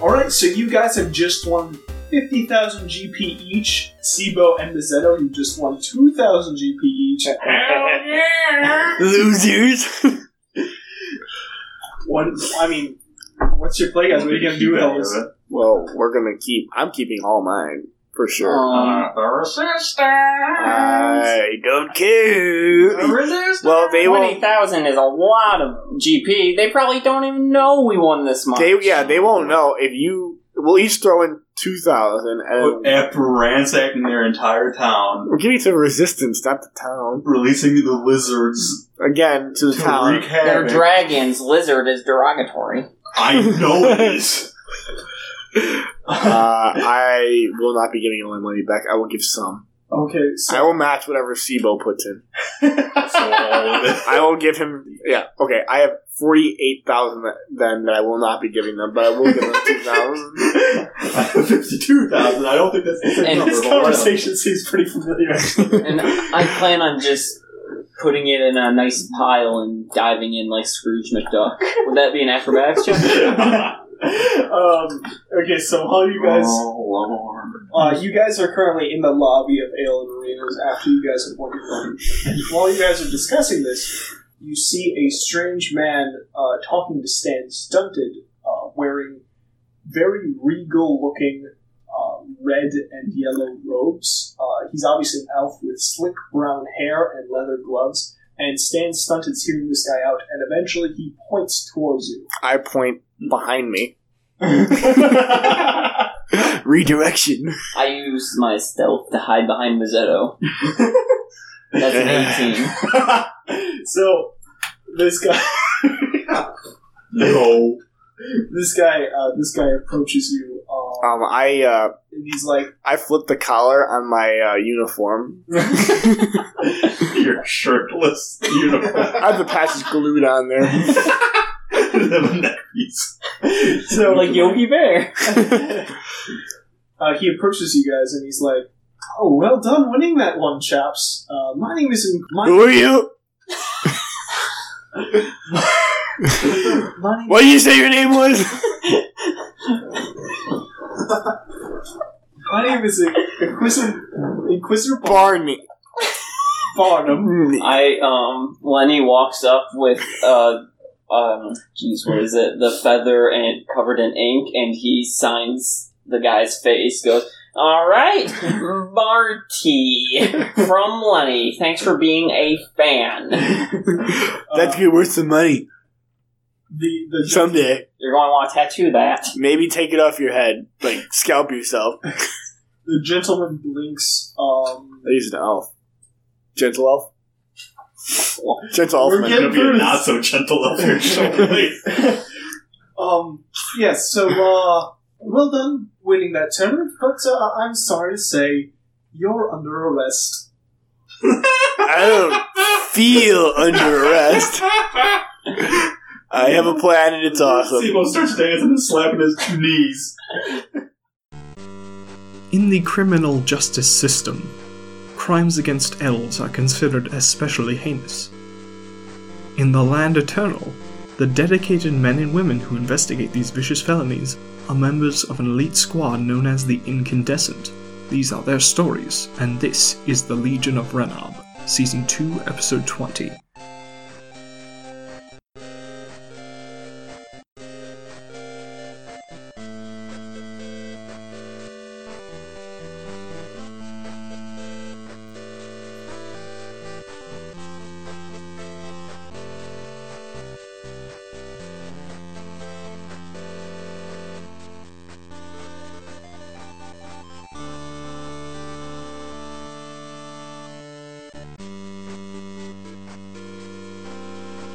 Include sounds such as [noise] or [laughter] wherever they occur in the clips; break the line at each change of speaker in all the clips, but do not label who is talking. Alright, so you guys have just won 50,000 GP each. Sibo and Mazzetto, you just won 2,000 GP each.
Losers.
One, I mean, what's your play, guys? What are you going to do with all [laughs] this?
well, we're gonna keep. I'm keeping all mine for sure.
Uh,
resistance.
I don't care.
resistance.
Well, they
Twenty
won't.
thousand is a lot of GP. They probably don't even know we won this month.
They yeah, they won't know if you. We'll each throw in two thousand, and
After ransacking their entire town,
we're giving it to the resistance, not the town.
releasing the lizards
Again, to the
to
town.
wreak
They're
havoc.
dragons. Lizard is derogatory.
I
[laughs]
know it is.
Uh, I will not be giving all my money back. I will give some.
Okay, so
I will match whatever Sibo puts in.
so [laughs] all of it.
I will give him. Yeah, okay. I have forty eight thousand then that I will not be giving them, but I will give them two thousand.
[laughs] I have fifty-two thousand. I don't think that's the same
And-
number.
[laughs] this
but whatever. [laughs]
conversation seems pretty familiar. [laughs]
and
[laughs]
I plan on just putting it in a nice pile and diving in like Scrooge McDuck. Would that be an acrobatics check?
um, okay, so while you guys, uh, you guys are currently in the lobby of Ale and Arenas after you guys have won your money. And while you guys are discussing this, you see a strange man uh, talking to Stan Stunted, uh, wearing very regal-looking uh, red and yellow robes. Uh, he's obviously an elf with slick brown hair and leather gloves. And Stan Stunted's hearing this guy out, and eventually he points towards you. [laughs]
I point behind me. [laughs] Redirection.
I use my stealth to hide behind
[laughs]
Mazzetto. [laughs] That's an 18.
so this guy
[laughs] No.
this guy uh, this guy approaches you uh,
Um, I uh,
and he's like
I flip the collar on my uh, uniform.
Your shirtless uniform.
I have the patches glued on there.
The neck piece.
so
Like Yogi Bear.
uh, he approaches you guys and he's like oh well done winning that one chaps uh, my name is my,
Who are you?
my name
What did you say your name was?
my name is Inquisitor Inquisitor
Barney.
Barnum
I, um, Lenny walks up with, uh, um, geez, what is it? The feather and covered in ink, and he signs the guy's face, goes, all right, Barty from Lenny. Thanks for being a fan.
That's
Uh,
gonna be worth some money
the the
someday.
You're going to want to tattoo that.
Maybe take it off your head, like scalp yourself.
the gentleman blinks um
He's an elf. Gentle elf. Gentle elf.
We're
man.
You're gonna be a
Bruce.
not so gentle
[laughs]
up here, shortly.
[laughs]
Um, yes, so, uh, well done winning that tournament, but uh, I'm sorry to say you're under arrest.
I don't feel under arrest. I have a plan and it's awesome.
Sebo starts dancing and slapping his two knees.
In the criminal justice system, crimes against elves are considered especially heinous. In the Land Eternal, the dedicated men and women who investigate these vicious felonies are members of an elite squad known as the Incandescent. These are their stories, and this is The Legion of Renob, Season 2, Episode 20.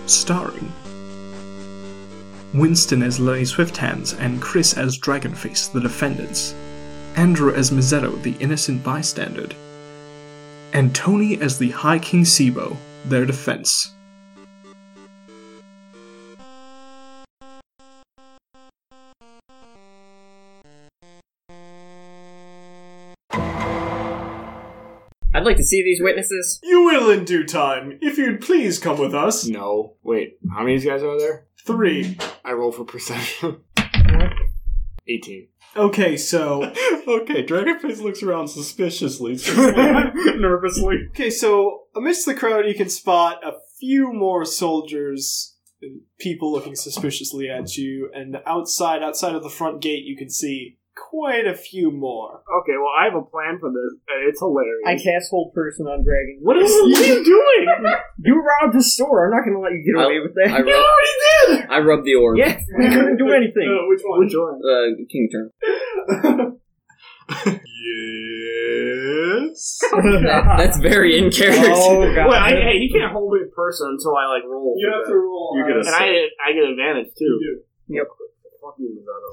starring Winston as Lenny Swifthands and Chris as Dragonface, the defendants, Andrew as Mazzetto, the innocent bystander, and Tony as the High King Sibo, their defense.
I'd like to see these witnesses.
You will in due time, if you'd please come with us.
No. Wait, how many of these guys are there?
Three.
I roll for perception.
18.
Okay, so
okay, Dragonface looks around suspiciously.
[laughs]
nervously. Okay, so amidst the crowd, you can spot a few more soldiers and people looking suspiciously at you, and outside, outside of the front gate, you can see quite a few more.
Okay, well, I have a plan for this, and it's hilarious.
I cast whole person on dragon. What,
[laughs]
is, what are you doing? you robbed the store. I'm not going to let you get
I-
away with that.
I rub, I rub the orb.
yeah, you couldn't do anything.
which one? Which one?
Uh, king turn.
yes.
That's very in character.
Oh god.
Wait, I, hey, he can't hold it in person until I like roll.
You have to roll.
You're gonna
and I, I get advantage too.
Yep.
Fuck you, [laughs] Masato.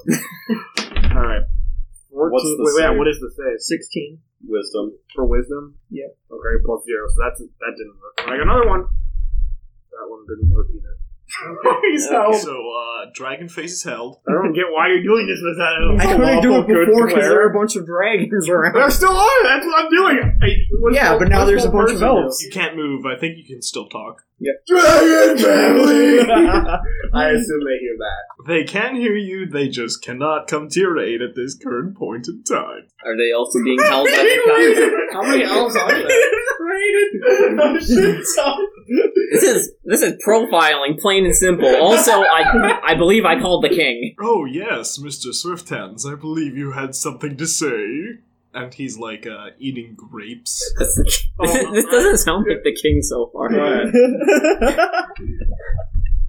All right. 14,
What's the
wait, wait,
save?
[laughs] what is the save?
Sixteen.
wisdom.
For wisdom?
Yeah.
Okay, plus zero. So that's that didn't work. I got another one. That one didn't work
[laughs]
either.
He's out.
So uh, dragon face is held. I don't get why you're doing this, Masato.
I couldn't do it before because there were a bunch of dragons
There
around.
still are. That's what I'm doing. Hey, what-
Yeah, but now
what
there's a
small
bunch of
person
elves.
You can't move. I think you can still talk.
Yeah.
Dragon family.
I assume they hear that.
they can hear you. They just cannot come to your aid at this current point in time.
Are they also being held by the
[laughs]
How many elves are there?
cops? This is this is profiling, plain and simple. Also, I [laughs] I believe I called the king.
Oh yes, Mister Swifthands. I believe you had something to say. And he's like uh, eating grapes.
This, this doesn't sound like the king so far.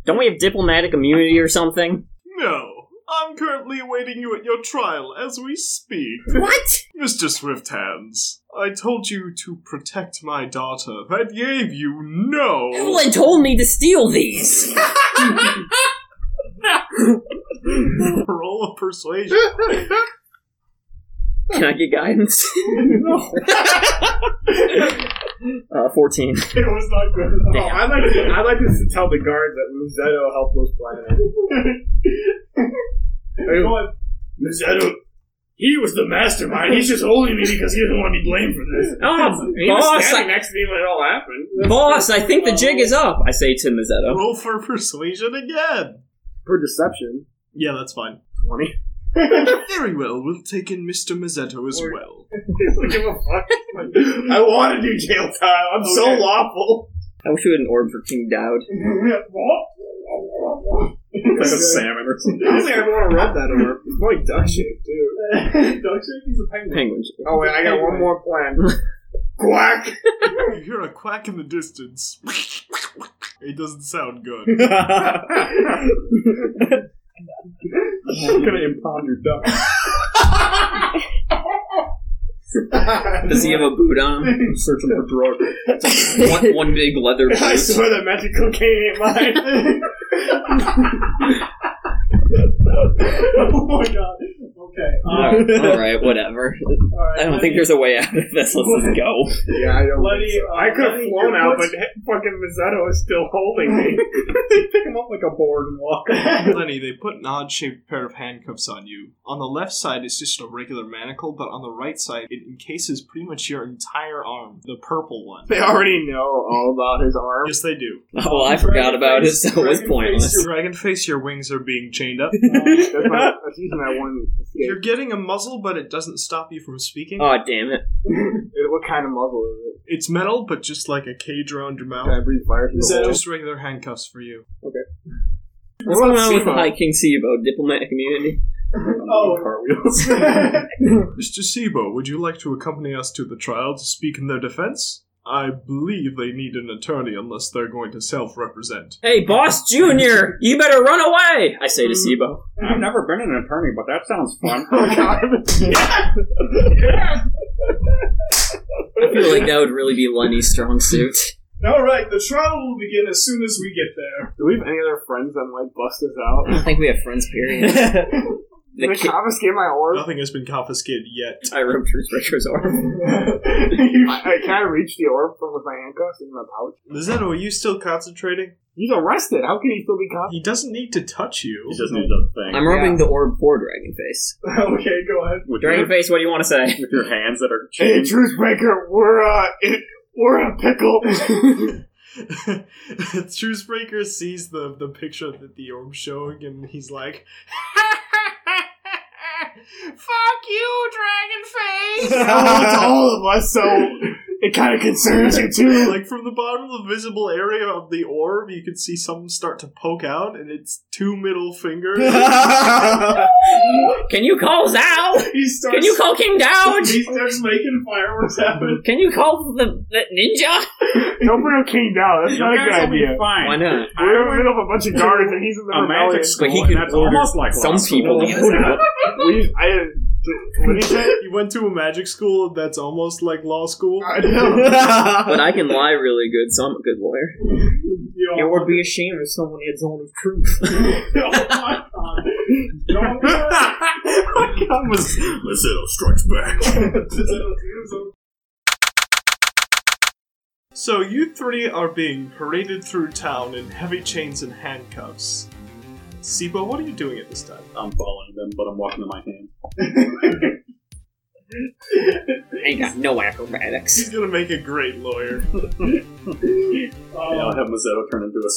Don't we have diplomatic immunity or something?
No, I'm currently awaiting you at your trial as we [laughs] speak.
What?
Mr. Swifthands, I told you to protect my daughter. That gave you no. [laughs]
Evelyn told me to steal these.
Roll of persuasion. [laughs]
Can I get guidance? [laughs] uh, Fourteen.
it was not good.
Damn.
I like to, I like to tell the guards that Muzetto helped us plan it. Muzetto, he was the mastermind. He's just holding me because he doesn't want to be blamed for this.
Oh, boss! I,
next to me when it all happened.
boss, I think the jig is up. I say to Mazzetto.
Roll for persuasion again.
For deception.
Yeah, that's fine.
20.
[laughs] Very well, we'll take in Mr. Mazzetto as well.
[laughs] I want to do jail time. I'm so lawful.
I wish we had an orb for King Dowd.
It's like a salmon or something.
I want to rub that over. It's like duck shape, dude.
Penguin. jig.
Oh wait, I [laughs] got one more plan.
Quack.
You hear a quack in the distance. [laughs] It doesn't sound
[laughs]
good.
I'm gonna impound your duck.
Does he have a boot on him?
I'm searching for drugs.
one, one big leather boot.
that magic cocaine ain't mine.
oh my god. Okay.
All
Um,
right, all right, whatever.
all right.
I don't think there's a way out of this. Let's just go.
yeah, I don't.
Lenny,
think so.
uh,
I could have
Lenny,
flown
your
out, but [laughs]
voice-
fucking Mazzetto is still holding
[laughs]
me.
Pick him up like a board and walk.
Lenny, they put an odd shaped pair of handcuffs on you. On the left side is just a regular manacle, but on the right side, it encases pretty much your entire arm. The purple one.
[laughs] they already know all about his arm.
Yes, they do.
Oh, I forgot about it, so it was pointless.
Dragon face, your wings are being chained
[laughs]
up.
That's,
[laughs]
my, that's using that one. escape.
You're getting a muzzle, but it doesn't stop you from speaking.
Oh, damn it.
What kind of muzzle is it?
It's metal, but just like a cage around your
Can I
mouth.
breathe fire through
Is
the
that-
hole?
Just regular handcuffs for you.
What's going on with the High King Sibo? Diplomatic immunity?
[laughs] Oh.
[laughs]
Cartwheels.
Mr. Sibo, would you like to accompany us to the trial to speak in their defense? I believe they need an attorney unless they're going to self represent.
Hey, Boss Junior, you better run away! I say to Sibo.
I've never been an attorney, but that sounds fun.
I feel like that would really be Lenny's strong suit. [laughs]
All right. The trial will begin as soon as we get there.
Do we have any other friends that might bust us out?
I don't think we have friends, period.
Did
The
they
ki-
confiscate my orb?
Nothing has been confiscated yet.
I rubbed Bruce Retro's arm.
I, I- can I reach the orb from with my handcuffs in my pouch?
Lizeno, are you still concentrating?
He's arrested. How can he still be confiscated?
He doesn't need to touch you.
the thing.
I'm rubbing the orb for Dragonface.
okay. Go ahead.
with,
Dragonface, what do you want to say?
with your hands that are chained. Hey, Truthbreaker, we're uh, in, we're in a pickle.
[laughs] Truthbreaker sees the, the picture that the orb's showing and he's like, [laughs] Fuck you,
[laughs]
Dragon Face!
Oh, it's all of us, so it kind of concerns you too.
like from the bottom of the visible area of the orb, you can see some start to poke out, and it's two middle
[laughs]
fingers.
Can you call Zao?
he starts.
Can you call King Doge?
he starts making fireworks
[laughs]
happen.
Can you call the, the ninja?
Don't bring a king down. That's not a good idea.
Why not?
We're in the middle of a bunch of guards, and he's in the
A
rebellion.
magic school,
But he
and
could
that's
order
almost like
Some
Lost
people.
World.
We, I, what did he say?
You went to a magic school that's almost like law school.
I know.
[laughs] But I can lie really good, so I'm a good lawyer.
It would be a shame if someone had zone of truth.
[laughs]
[laughs]
So you three are being paraded through town in heavy chains and handcuffs. Sibo, what are you doing at this time?
I'm following them, but I'm walking with my hand.
Ain't got no acrobatics.
He's gonna make a great lawyer.
And I'll have Mazzetto turn into a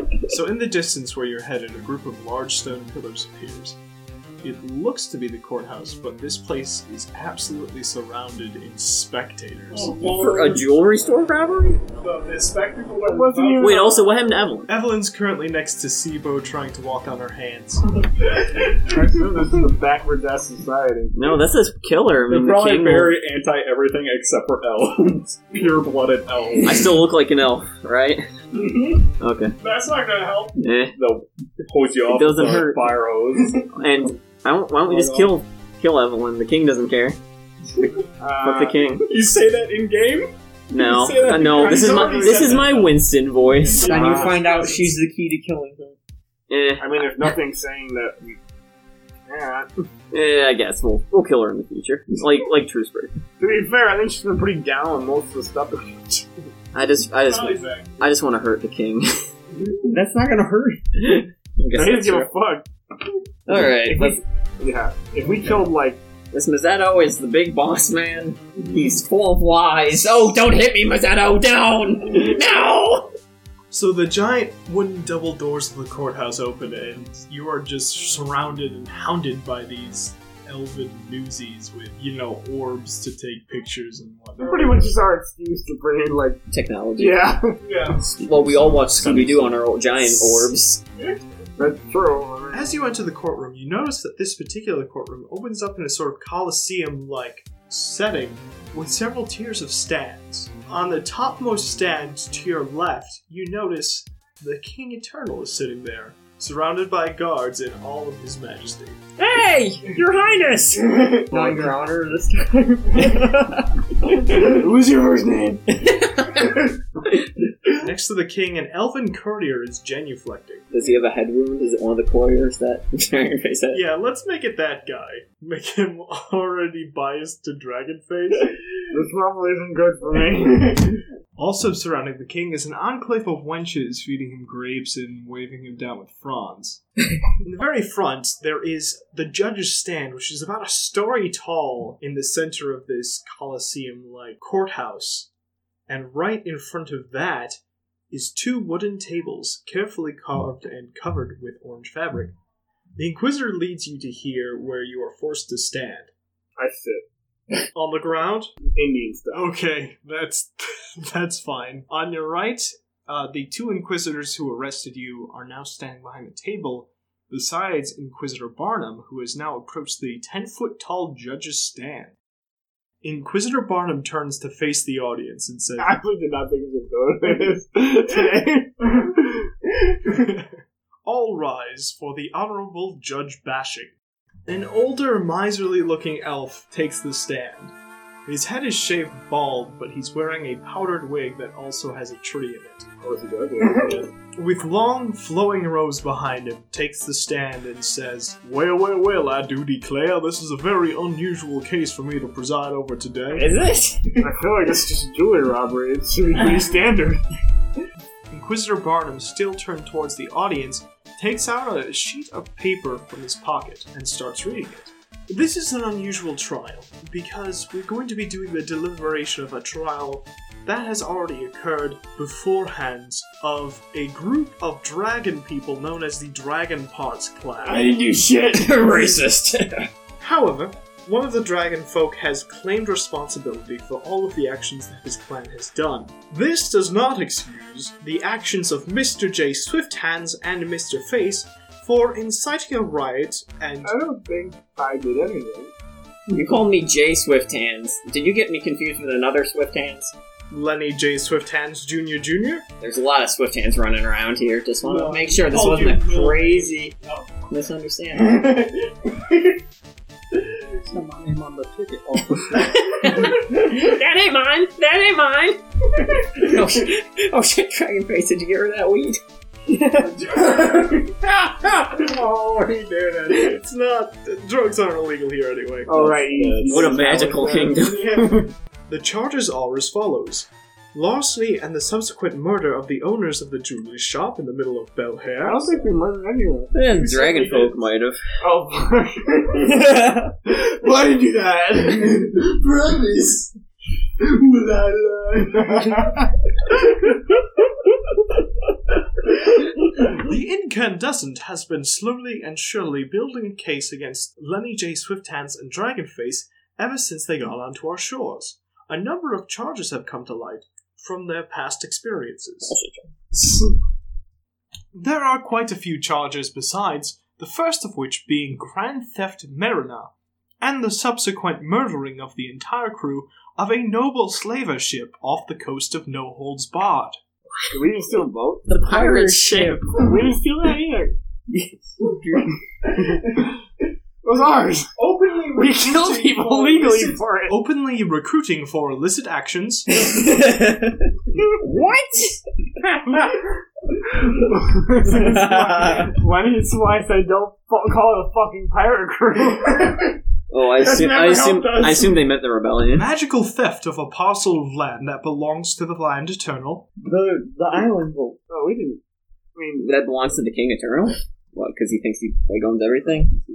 suit.
[laughs]
So, in the distance where you're headed, a group of large stone pillars appears. It looks to be the courthouse, but this place is absolutely surrounded in spectators.
Oh,
For a jewelry store robbery? Wait, also, what happened to Evelyn?
Evelyn's currently next to Sibo trying to walk on her hands.
this is a backward ass society.
No, this is killer. I
They're
mean, the
probably
king.
very anti everything except for
[laughs]
elves. Pure blooded elves.
[laughs] I still look like an elf, right?
Mm-hmm.
Okay.
That's not gonna help.
Eh.
They'll hose you off
doesn't
with a
hurt.
fire hose.
And I don't, why don't we just kill kill Evelyn? The king doesn't care. Fuck
Uh,
Uh,
the king.
you say that in game?
No,
say that
Uh, no. This is my
Somebody
this
said
is
that.
my Winston voice.
Then you find out she's the key to killing them.
Eh,
Uh, I mean, there's nothing saying that we can't.
eh, I guess we'll we'll kill her in the future, like like Truesburg.
To be fair, I think she's been pretty down on most of the stuff.
I just I just I just want to hurt the king. [laughs]
That's not gonna
[laughs]
hurt.
I guess
I didn't
that's
give a
true.
fuck.
All right,
If
let's-
we, yeah, if we killed like
this Mazzetto is the big boss man. He's full of lies. Oh, don't hit me, Mazzetto! Down,
[laughs]
no.
So the giant wooden double doors of the courthouse open, and you are just surrounded and hounded by these elven newsies with, you know, orbs to take pictures and whatnot.
pretty much just our excuse to bring in like
Technology.
yeah,
Well, we all watch Scooby Doo on our old giant orbs.
that's true. I mean,
As you enter the courtroom, you notice that this particular courtroom opens up in a sort of coliseum like setting with several tiers of stands. On the topmost stand to your left, you notice the King Eternal is sitting there, surrounded by guards in all of his majesty.
Hey, Your
[laughs]
Highness! Not Your Honor this time.
Who's your first name?
Next to the king, an elven courtier is genuflecting.
Does he have a head wound? Is it one of the couriers that [laughs] Dragon Face
[laughs]
had?
Yeah, let's make it that guy. Make him [laughs] already biased to Dragonface.
[laughs] This probably isn't good for me.
[laughs] Also surrounding the king is an enclave of wenches feeding him grapes and waving him down with fronds.
[laughs]
in the very front, there is the judge's stand, which is about a story tall in the center of this coliseum like courthouse. And right in front of that is two wooden tables, carefully carved and covered with orange fabric. The Inquisitor leads you to here where you are forced to stand.
I sit
[laughs] On the ground,
Indian stuff.
Okay, that's [laughs] that's fine. On your right, uh, the two inquisitors who arrested you are now standing behind the table. Besides Inquisitor Barnum, who has now approached the ten foot tall judge's stand. Inquisitor Barnum turns to face the audience and says,
I actually did not think it was going to this today.
[laughs] All rise for the Honorable Judge Bashing. An older, miserly looking elf takes the stand. His head is shaved bald, but he's wearing a powdered wig that also has a tree in it. [laughs] With long, flowing robes behind him, takes the stand and says, Well, well, well, I do declare, this is a very unusual case for me to preside over today.
Is it?
I feel like it's just a jewelry robbery. It should be pretty standard.
Inquisitor Barnum, still turned towards the audience, takes out a sheet of paper from his pocket and starts reading it. This is an unusual trial because we're going to be doing the deliberation of a trial that has already occurred beforehand of a group of dragon people known as the Dragon Parts Clan.
I didn't do shit.
Racist.
However, one of the dragon folk has claimed responsibility for all of the actions that his clan has done. This does not excuse the actions of Mr. J. Swifthands and Mr. Face for inciting a riot and
I don't think I did anything.
You called me Jay Swift Hands. Did you get me confused with another Swift Hands?
Lenny J. Swifthands Jr. Jr.
There's a lot of Swift Hands running around here. Just want to
No.
make sure this
Oh,
wasn't
dude,
a
no.
crazy
No.
misunderstanding.
my name on the ticket. Oh,
[laughs] that ain't mine. That ain't mine. [laughs] oh, shit. oh shit, Dragon Face, did you get rid of that weed?
oh, he did it.
It's not. Drugs aren't illegal here anyway.
Oh,
All right.
What a magical kingdom.
The charges are as follows larceny and the subsequent murder of the owners of the jewelry shop in the middle of Bel
I
Air.
don't think we murdered anyone.
And Dragon Folk might have.
Oh,
Why did you do that? Promise. La,
[laughs]
la,
The incandescent has been slowly and surely building a case against Lenny J. Swifthands and Dragonface ever since they got onto our shores. A number of charges have come to light from their past experiences. There are quite a few charges besides, the first of which being Grand Theft Mariner, and the subsequent murdering of the entire crew of a noble slaver ship off the coast of No Holds Barred.
Did we didn't steal a boat?
The pirate ship.
We didn't steal that either.
It was ours.
Openly,
We killed people legally for it.
Openly recruiting for illicit actions,
Lenny and Slice, I don't fu- call it a fucking pirate crew.
Oh, I assume,
never
I, assume,
helped us.
I assume they meant the
[laughs]
rebellion.
Magical theft of a parcel of land that belongs to the land eternal.
the the island boat. Oh, we didn't. I mean,
That belongs to the King Eternal? What, because he thinks he like, owns everything?
we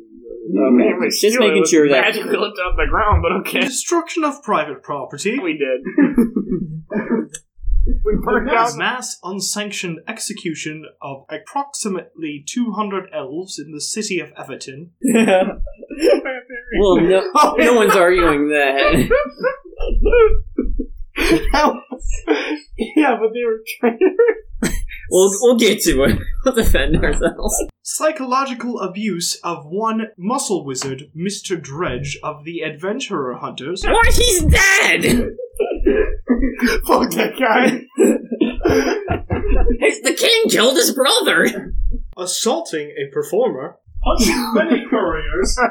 Okay.
didn't really
Just
steal it.
making
It was
sure that-
magically lifted off the ground, but okay.
Destruction of private property.
We
[laughs]
did. we burned down.
Mass unsanctioned execution of approximately 200 elves in the city of Everton.
Well, no,
Oh, [laughs]
no one's arguing that.
yeah, but they were traitors.
We'll, we'll get to it. We'll defend ourselves.
Psychological abuse of one muscle wizard, Mr. Dredge of the Adventurer Hunters.
What? He's dead!
[laughs]
Fuck that guy.
The king killed his brother!
Assaulting a performer.
many couriers.
[laughs]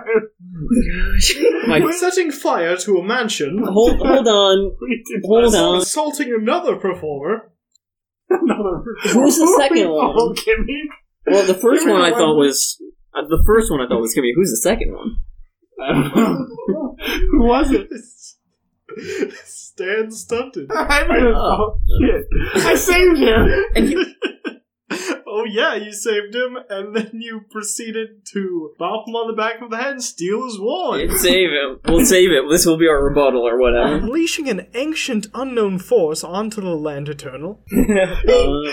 Like,
Setting fire to a mansion. [laughs]
[laughs] hold, hold on. Hold on.
Assaulting another performer. [laughs]
Who's the second
Oh,
one?
Kimmy.
Well, the first one I thought was. Uh, the first one I thought was Kimmy. Who's the second one?
Who was it?
Stan [laughs] stunted.
I might have. Oh, shit. I saved him.
[laughs] oh yeah, you saved him, and then you proceeded to bop him on the back of the head and steal his wallet.
Save it. We'll save it. This will be our rebuttal or whatever.
Unleashing an ancient unknown force onto the land eternal,
Um,
That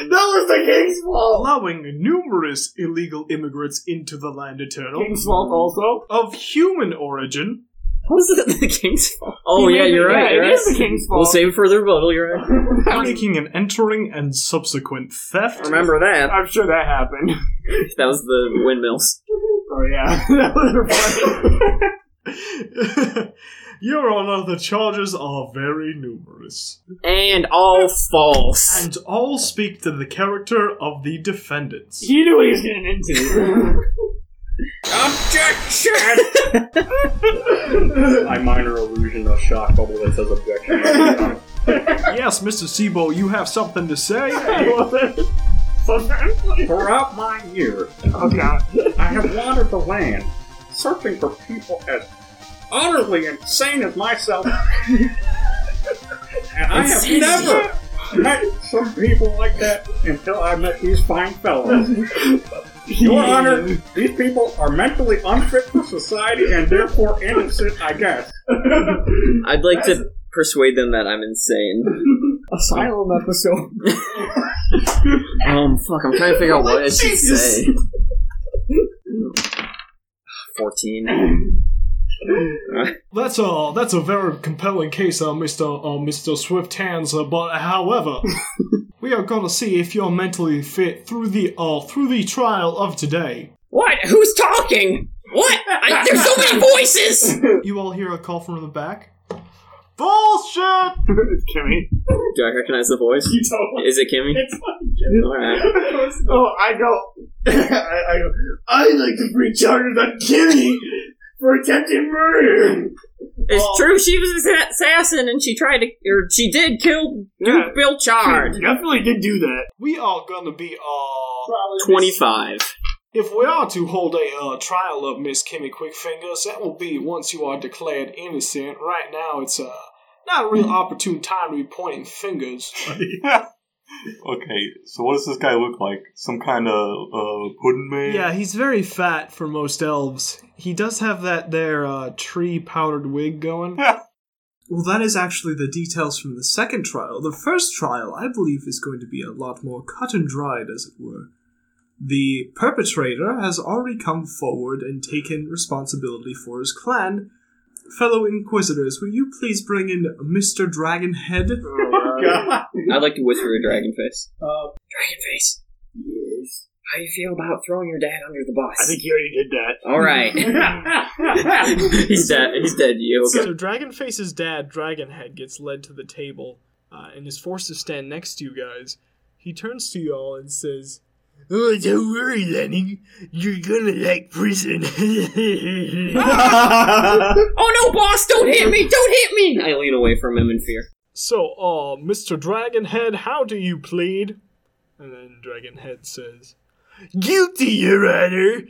was the king's fault.
allowing numerous illegal immigrants into the land eternal
King's fault also.
of human origin.
was it the king's fault? Oh yeah, you're right.
Yeah,
You're
it
right.
is the king's fault.
We'll save it for the rebuttal. You're right.
Making an entering and subsequent theft.
Remember that?
I'm sure that happened.
That was the windmills.
Oh
[laughs]
yeah, that was funny.
[laughs] Your Honor, the charges are very numerous.
And all false.
And all speak to the character of the defendants.
he knew what he was getting into.
[laughs]
I minor illusion a shock bubble that says [laughs] objection.
Yes, Mr. Sebo, you have something to say?
Sometimes.
Throughout my year,
Oh god.
I have wandered the land, searching for people as utterly insane as [laughs] myself. and I have
Insane.
never met some people like that until I met these fine [laughs] fellows. Your Honor, these people are mentally unfit for society and therefore [laughs] innocent, I guess.
I'd like to persuade them that I'm insane.
asylum episode.
[laughs] Um, fuck, I'm trying to figure out what I should say. [sighs] 14.
[laughs] That's a that's a very compelling case, uh, Mister uh, Mister Swift Hands. Uh, but however, we are gonna see if you're mentally fit through the uh, through the trial of today.
What? Who's talking? What? I, there's so many voices!
You all hear a call from the back. Bullshit!
[laughs] Kimmy.
Do I recognize the voice?
You don't.
Is it Kimmy?
It's
Alright.
Oh, I go. I, I go. I'd like to bring charges on Kimmy for attempted murder.
It's true, she was an assassin and she tried to, or she did kill
Yeah.
Bill [laughs] Chard.
Definitely did do [laughs] that.
We are gonna be uh,
[laughs]
25.
if we are to hold a uh, trial of Miss Kimmy Quickfingers, that will be once you are declared innocent. Right now, it's uh, not a real opportune time to be pointing fingers.
Okay, so what does this guy look like? Some kind of uh, pudding man?
Yeah, he's very fat for most elves. He does have that there uh, tree powdered wig
[laughs]
going.
Well, that is actually the details from the second trial. The first trial, I believe, is going to be a lot more cut and dried, as it were. The perpetrator has already come forward and taken responsibility for his clan. Fellow Inquisitors, will you please bring in Mr. Dragonhead?
Oh, [laughs]
I'd like to whisper to Dragon Face.
Uh,
Dragon Face. Yes. How do you feel about throwing your dad under the bus?
I think he already did that.
All
[laughs]
right. [laughs] he's dead. He's dead. You okay?
So Dragonface's dad, Dragonhead, gets led to the table uh, and is forced to stand next to you guys. He turns to you all and says,
Oh, don't worry, Lenny. You're gonna like prison. [laughs]
Oh no, boss! Don't hit me! Don't hit me! I lean away from him in fear.
So, uh, Mr. Dragonhead, how do you plead? And then Dragonhead says,
Guilty, Your Honor.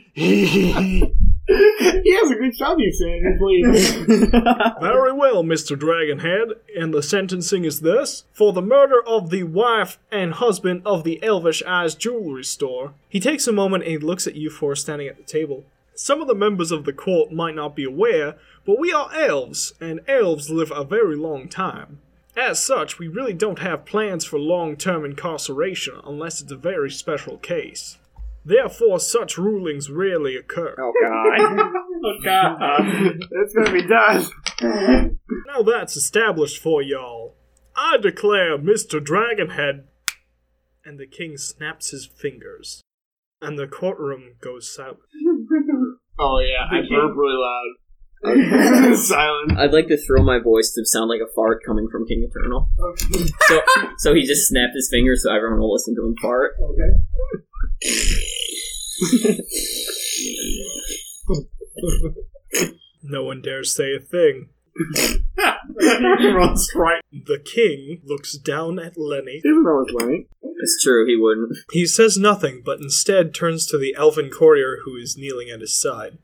[laughs]
He has a good shot, he's saying.
Very well, Mr. Dragonhead, and the sentencing is this. For the murder of the wife and husband of the Elvish Eyes jewelry store. He takes a moment and looks at you for standing at the table. Some of the members of the court might not be aware, but we are elves, and elves live a very long time. As such, we really don't have plans for long term incarceration unless it's a very special case. Therefore, such rulings rarely occur.
Oh,
That's gonna be done.
Now that's established for y'all, I declare Mr. Dragonhead. And the king snaps his fingers, and the courtroom goes silent.
Oh, yeah, I burp really loud. [laughs] Silent.
I'd like to throw my voice to sound like a fart coming from King Eternal. so, so he just snapped his fingers so everyone will listen to him fart.
No one dares say a thing.
Everyone's right.
The king looks down at Lenny.
Even though it's late.
It's true. He wouldn't.
He says nothing, but instead turns to the elfin courier who is kneeling at his side.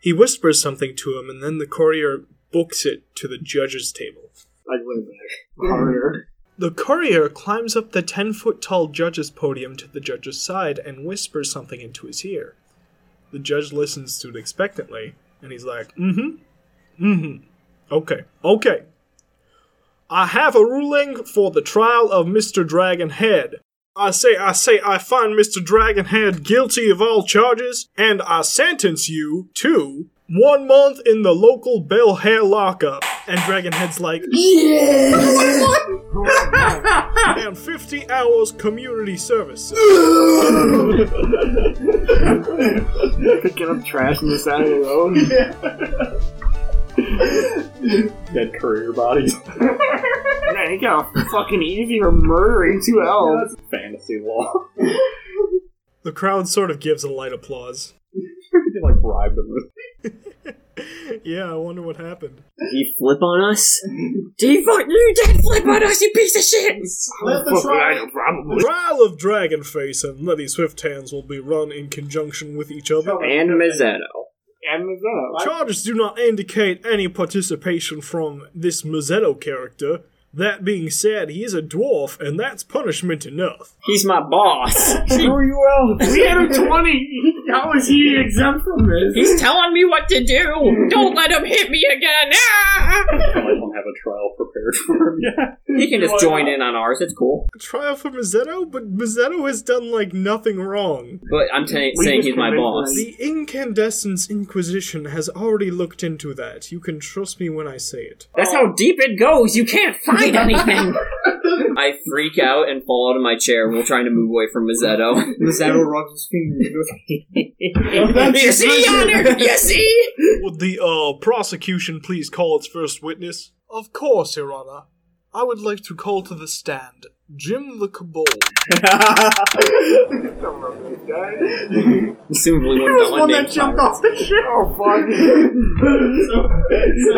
He whispers something to him, and then the courier books it to the judge's table.
Like, way back. Harder.
The courier climbs up the 10 foot tall judge's podium to the judge's side and whispers something into his ear. The judge listens to it expectantly, and he's like, mm hmm, mm hmm, okay, okay. I have a ruling for the trial of Mr. Dragonhead. I say, I say, I find Mr. Dragonhead guilty of all charges, and I sentence you to one month in the local Bell Hair lockup. And Dragonhead's like, and 50 hours community service.
Picking up trash on the side of the road.
Dead courier bodies.
Man, he got off fucking easy for murdering two elves.
That's fantasy law.
The crowd sort of gives a light applause.
they like bribed them.
Yeah, I wonder what happened.
Did he flip on us? Did he fuck you? Did flip on us? You piece of shit!
Let the
Fuck,
trial.
I know, probably.
Trial of Dragonface and Letty Swifthands will be run in conjunction with each other.
And Mazzetto.
And it's up.
Charges do not indicate any participation from this Mazzetto character, That being said, he is a dwarf, and that's punishment enough.
He's my
[laughs]
boss.
Screw you out.
We had a 20. How is he exempt from this?
He's telling me what to do. Don't let him hit me again. Ah!
I don't have a trial prepared for
[laughs]
him yet.
He can just join in on ours. It's cool.
Trial for Mazzetto, but Mazzetto has done like nothing wrong.
But I'm ta- saying he's my boss.
The Incandescence Inquisition has already looked into that. You can trust me when I say it.
That's how deep it goes. You can't
[laughs]
find anything.
I freak out and fall out of my chair while trying to move away from
[laughs]
Mazzetto.
Mazzetto rubs his finger.
[laughs] you see, Honor? You see?
Would the uh, prosecution please call its first witness? Of course, Your Honor. I would like to call to the stand Jim the Cabal.
Presumably
He
one
was
of
the one that jumped off the ship. Oh, fuck. so, so,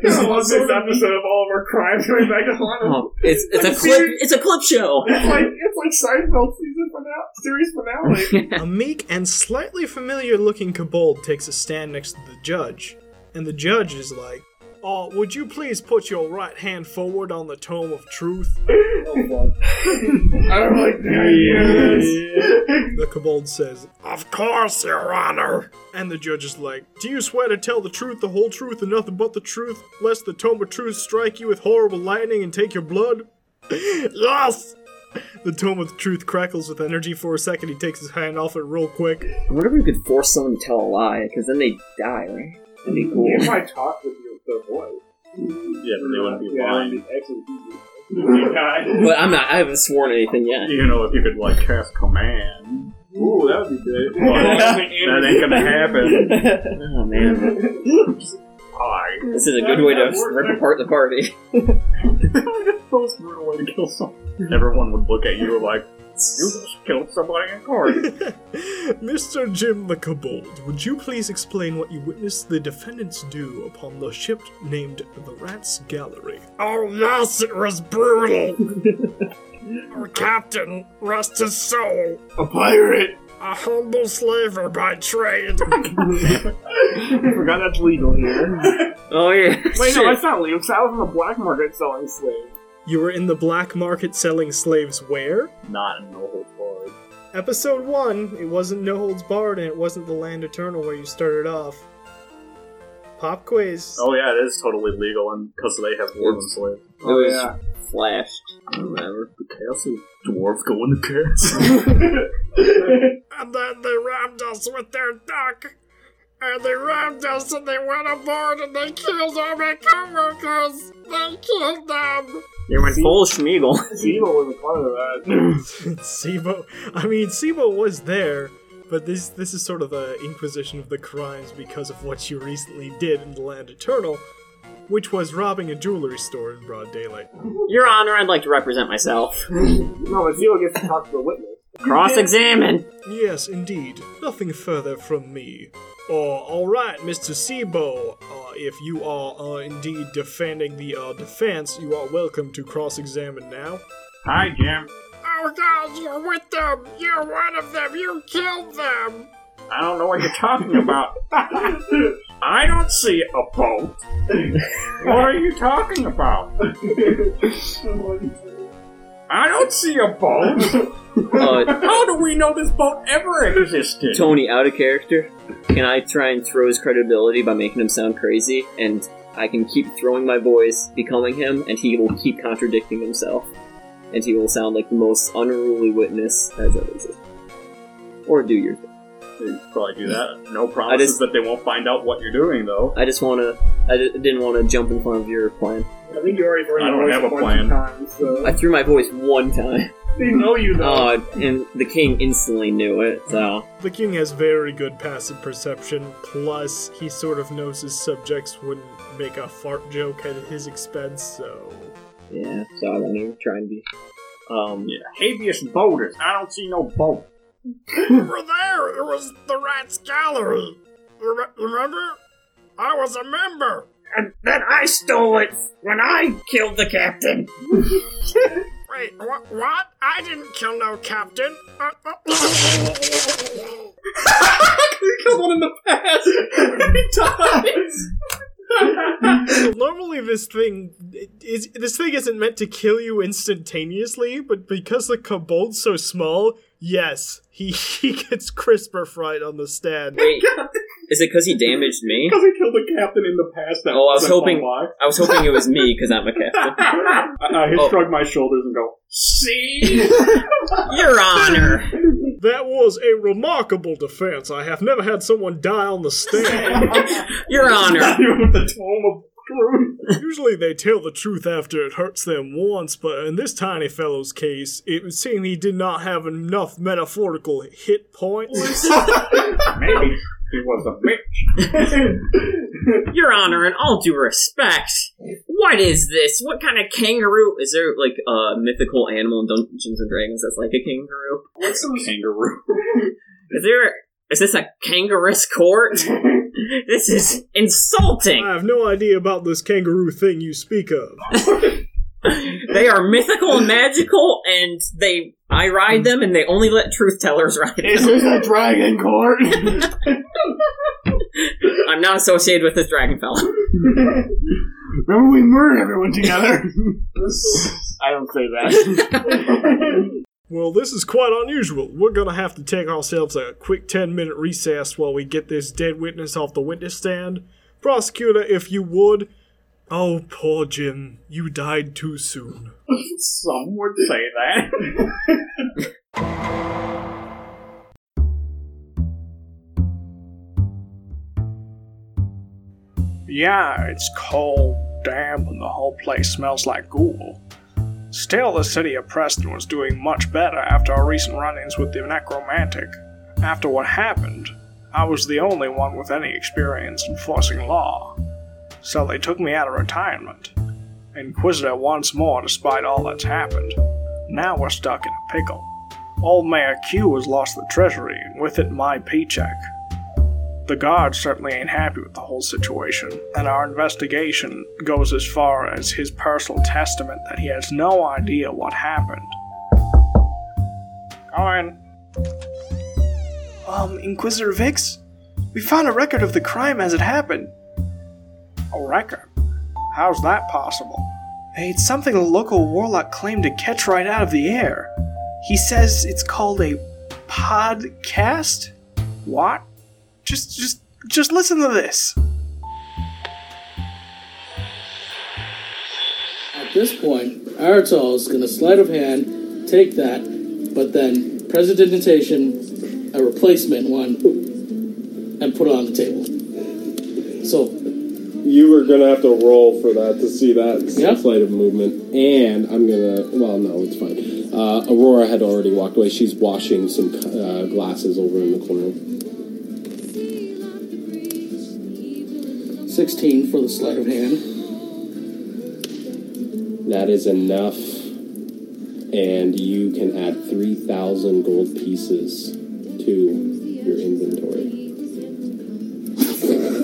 This episode of all of our crimes going back to haunt us.
Oh, it's it's a clip. It's a clip show.
It's like it's like Seinfeld season finale, series finale.
A meek and slightly familiar looking kobold takes a stand next to the judge, and the judge is like, Oh, would you please put your right hand forward on the tome of truth?
I'm like,
[laughs]
there he is.
The kobold says, Of course, Your Honor! And the judge is like, Do you swear to tell the truth, the whole truth, and nothing but the truth, lest the tome of truth strike you with horrible lightning and take
[laughs]
your blood? yes! The tome of truth crackles with energy for a second. He takes his hand off it real quick. [laughs]
I wonder if you could force someone to tell a lie, because then they die, right? That'd be cool.
If I talk with you, the voice.
Yeah, but they wouldn't be
Yeah,
lying.
it'd be excellent. Yeah.
But I'm not. I haven't sworn anything yet.
You know, if you could like cast command,
Ooh, that would
[laughs]
be good.
that ain't gonna happen.
Oh man,
Hi.
this is a good way to rip apart the party. [laughs]
Most brutal way to kill someone.
Everyone would look at you like,
You just killed somebody in court.
Mr. Jim the Kobold, would you please explain what you witnessed the defendants do upon the ship named the Rat's Gallery?
Oh, yes, it was brutal. Our captain, rest his soul,
a pirate.
a humble slaver by trade.
I forgot that's legal here.
Oh yeah.
Wait, no,
Shit.
that's not legal. 'cause I was in the black market selling slaves.
You were in the black market selling slaves where?
not in the whole bar.
Episode 1, it wasn't No Holds Barred and it wasn't the Land Eternal where you started off. Pop quiz.
Oh yeah, it is totally legal, and because they have dwarven slaves.
It was flashed. or Whatever.
The castle dwarves go in the castle.
And then they rammed us with their duck. And they rammed us and they went aboard and they killed all my coworkers. They killed them.
They went full Schmiegel. [laughs]
Evil wasn't part of
[laughs]
that.
Sibo. I mean, Sibo was there, but this this is sort of the Inquisition of the crimes because of what you recently did in the Land Eternal, which was robbing a jewelry store in broad daylight.
Your Honor, I'd like to represent myself.
[laughs] no, but Zero gets to talk to the witness.
Cross-examine.
Yes, indeed. Nothing further from me. Uh, Or, alright, Mr. Sibo, uh, if you are uh, indeed defending the uh, defense, you are welcome to cross examine now.
Hi, Jim.
Oh God, you're with them. You're one of them. You killed them.
I don't know what you're talking about. I don't see a boat. what are you talking about? I don't see a boat.
Uh,
How do we know this boat ever existed?
Tony, out of character. Can I try and throw his credibility by making him sound crazy? And I can keep throwing my voice, becoming him, and he will keep contradicting himself. And he will sound like the most unruly witness that's ever existed. Or do your thing.
They probably do that. No
I
promises
just-
that they won't find out what you're doing, though.
I just wanna. I d- didn't wanna jump in front of your plan.
I think you already
I don't have a plan.
Times, so.
I threw my voice one time. [laughs]
They know you though.
Uh, and the king instantly knew it, so.
The king has very good passive perception, plus, he sort of knows his subjects wouldn't make a fart joke at his expense, so. [laughs]
Yeah, so I won't even try and be. Um,
Yeah.
Habeas boaters. I don't see no boat.
You were there. It was the Rat's Gallery. You re- remember? I was a member.
And then I stole it when I killed the captain.
Wait, wh- what? I didn't kill no captain. Uh, uh-
He killed one in the past.
Normally, this thing is this thing isn't meant to kill you instantaneously, but because the kobold's so small, yes, he [laughs] he gets crisper fried on the stand.
Wait, is it because he
[laughs]
damaged me?
Because he killed a captain in the past. That
Oh, I was
wasn't
hoping
Why.
I was hoping it was me because I'm
[laughs]
a captain.
I, I
Oh.
shrug my shoulders and go,
See, Your Honor.
That was a remarkable defense. I have never had someone die on the stand.
Your Honor.
with the tome of truth.
Usually they tell the truth after it hurts them once, but in this tiny fellow's case, it would seem he did not have enough metaphorical hit points.
Maybe he was a bitch.
Your Honor, in all due respect, what is this? What kind of kangaroo? Is there like a mythical animal in Dungeons and Dragons that's like a kangaroo?
What's those?
Kangaroo.
[laughs] Is there? Is this a kangaroo's court?
[laughs]
this is
I
insulting.
have no idea about this kangaroo thing you speak of.
They are mythical and magical, and they I ride them, and they only let truth tellers ride
Is
them.
this a dragon court? [laughs]
I'm not associated with this dragon fella.
Remember we murdered everyone
[laughs]
together?
I don't say that.
Well, this is quite unusual. We're gonna have to take ourselves a quick 10 minute recess while we get this dead witness off the witness stand. Prosecutor, if you would. Oh, poor Jim. You died too soon.
Some would say that.
[laughs] Yeah, it's cold, damp, and the whole place smells like ghoul. Still, the city of Preston was doing much better after our recent run ins with the necromantic. After what happened, I was the only one with any experience enforcing law. So they took me out of retirement. Inquisitor once more, despite all that's happened. Now we're stuck in a pickle. Old Mayor Q has lost the treasury, and with it, my paycheck. The guards certainly ain't happy with the whole situation, and our investigation goes as far as his personal testament that he has no idea what happened. Corin. Um, Inquisitor Vix? We found a record of the crime as it happened. A record? How's that possible? It's something a local warlock claimed to catch right out of the air. He says it's called a podcast? What? Just just just listen to this.
At this point, Aratol is going to sleight of hand take that, but then presidentation, a replacement one, and put it on the table. So,
You were gonna have to roll for that to see that
Yeah.
flight of movement, and I'm gonna. Well, no, it's fine. Uh, Aurora had already walked away. She's washing some uh, glasses over in the corner.
16 for the sleight of hand.
That is enough, and you can add three thousand gold pieces to your inventory.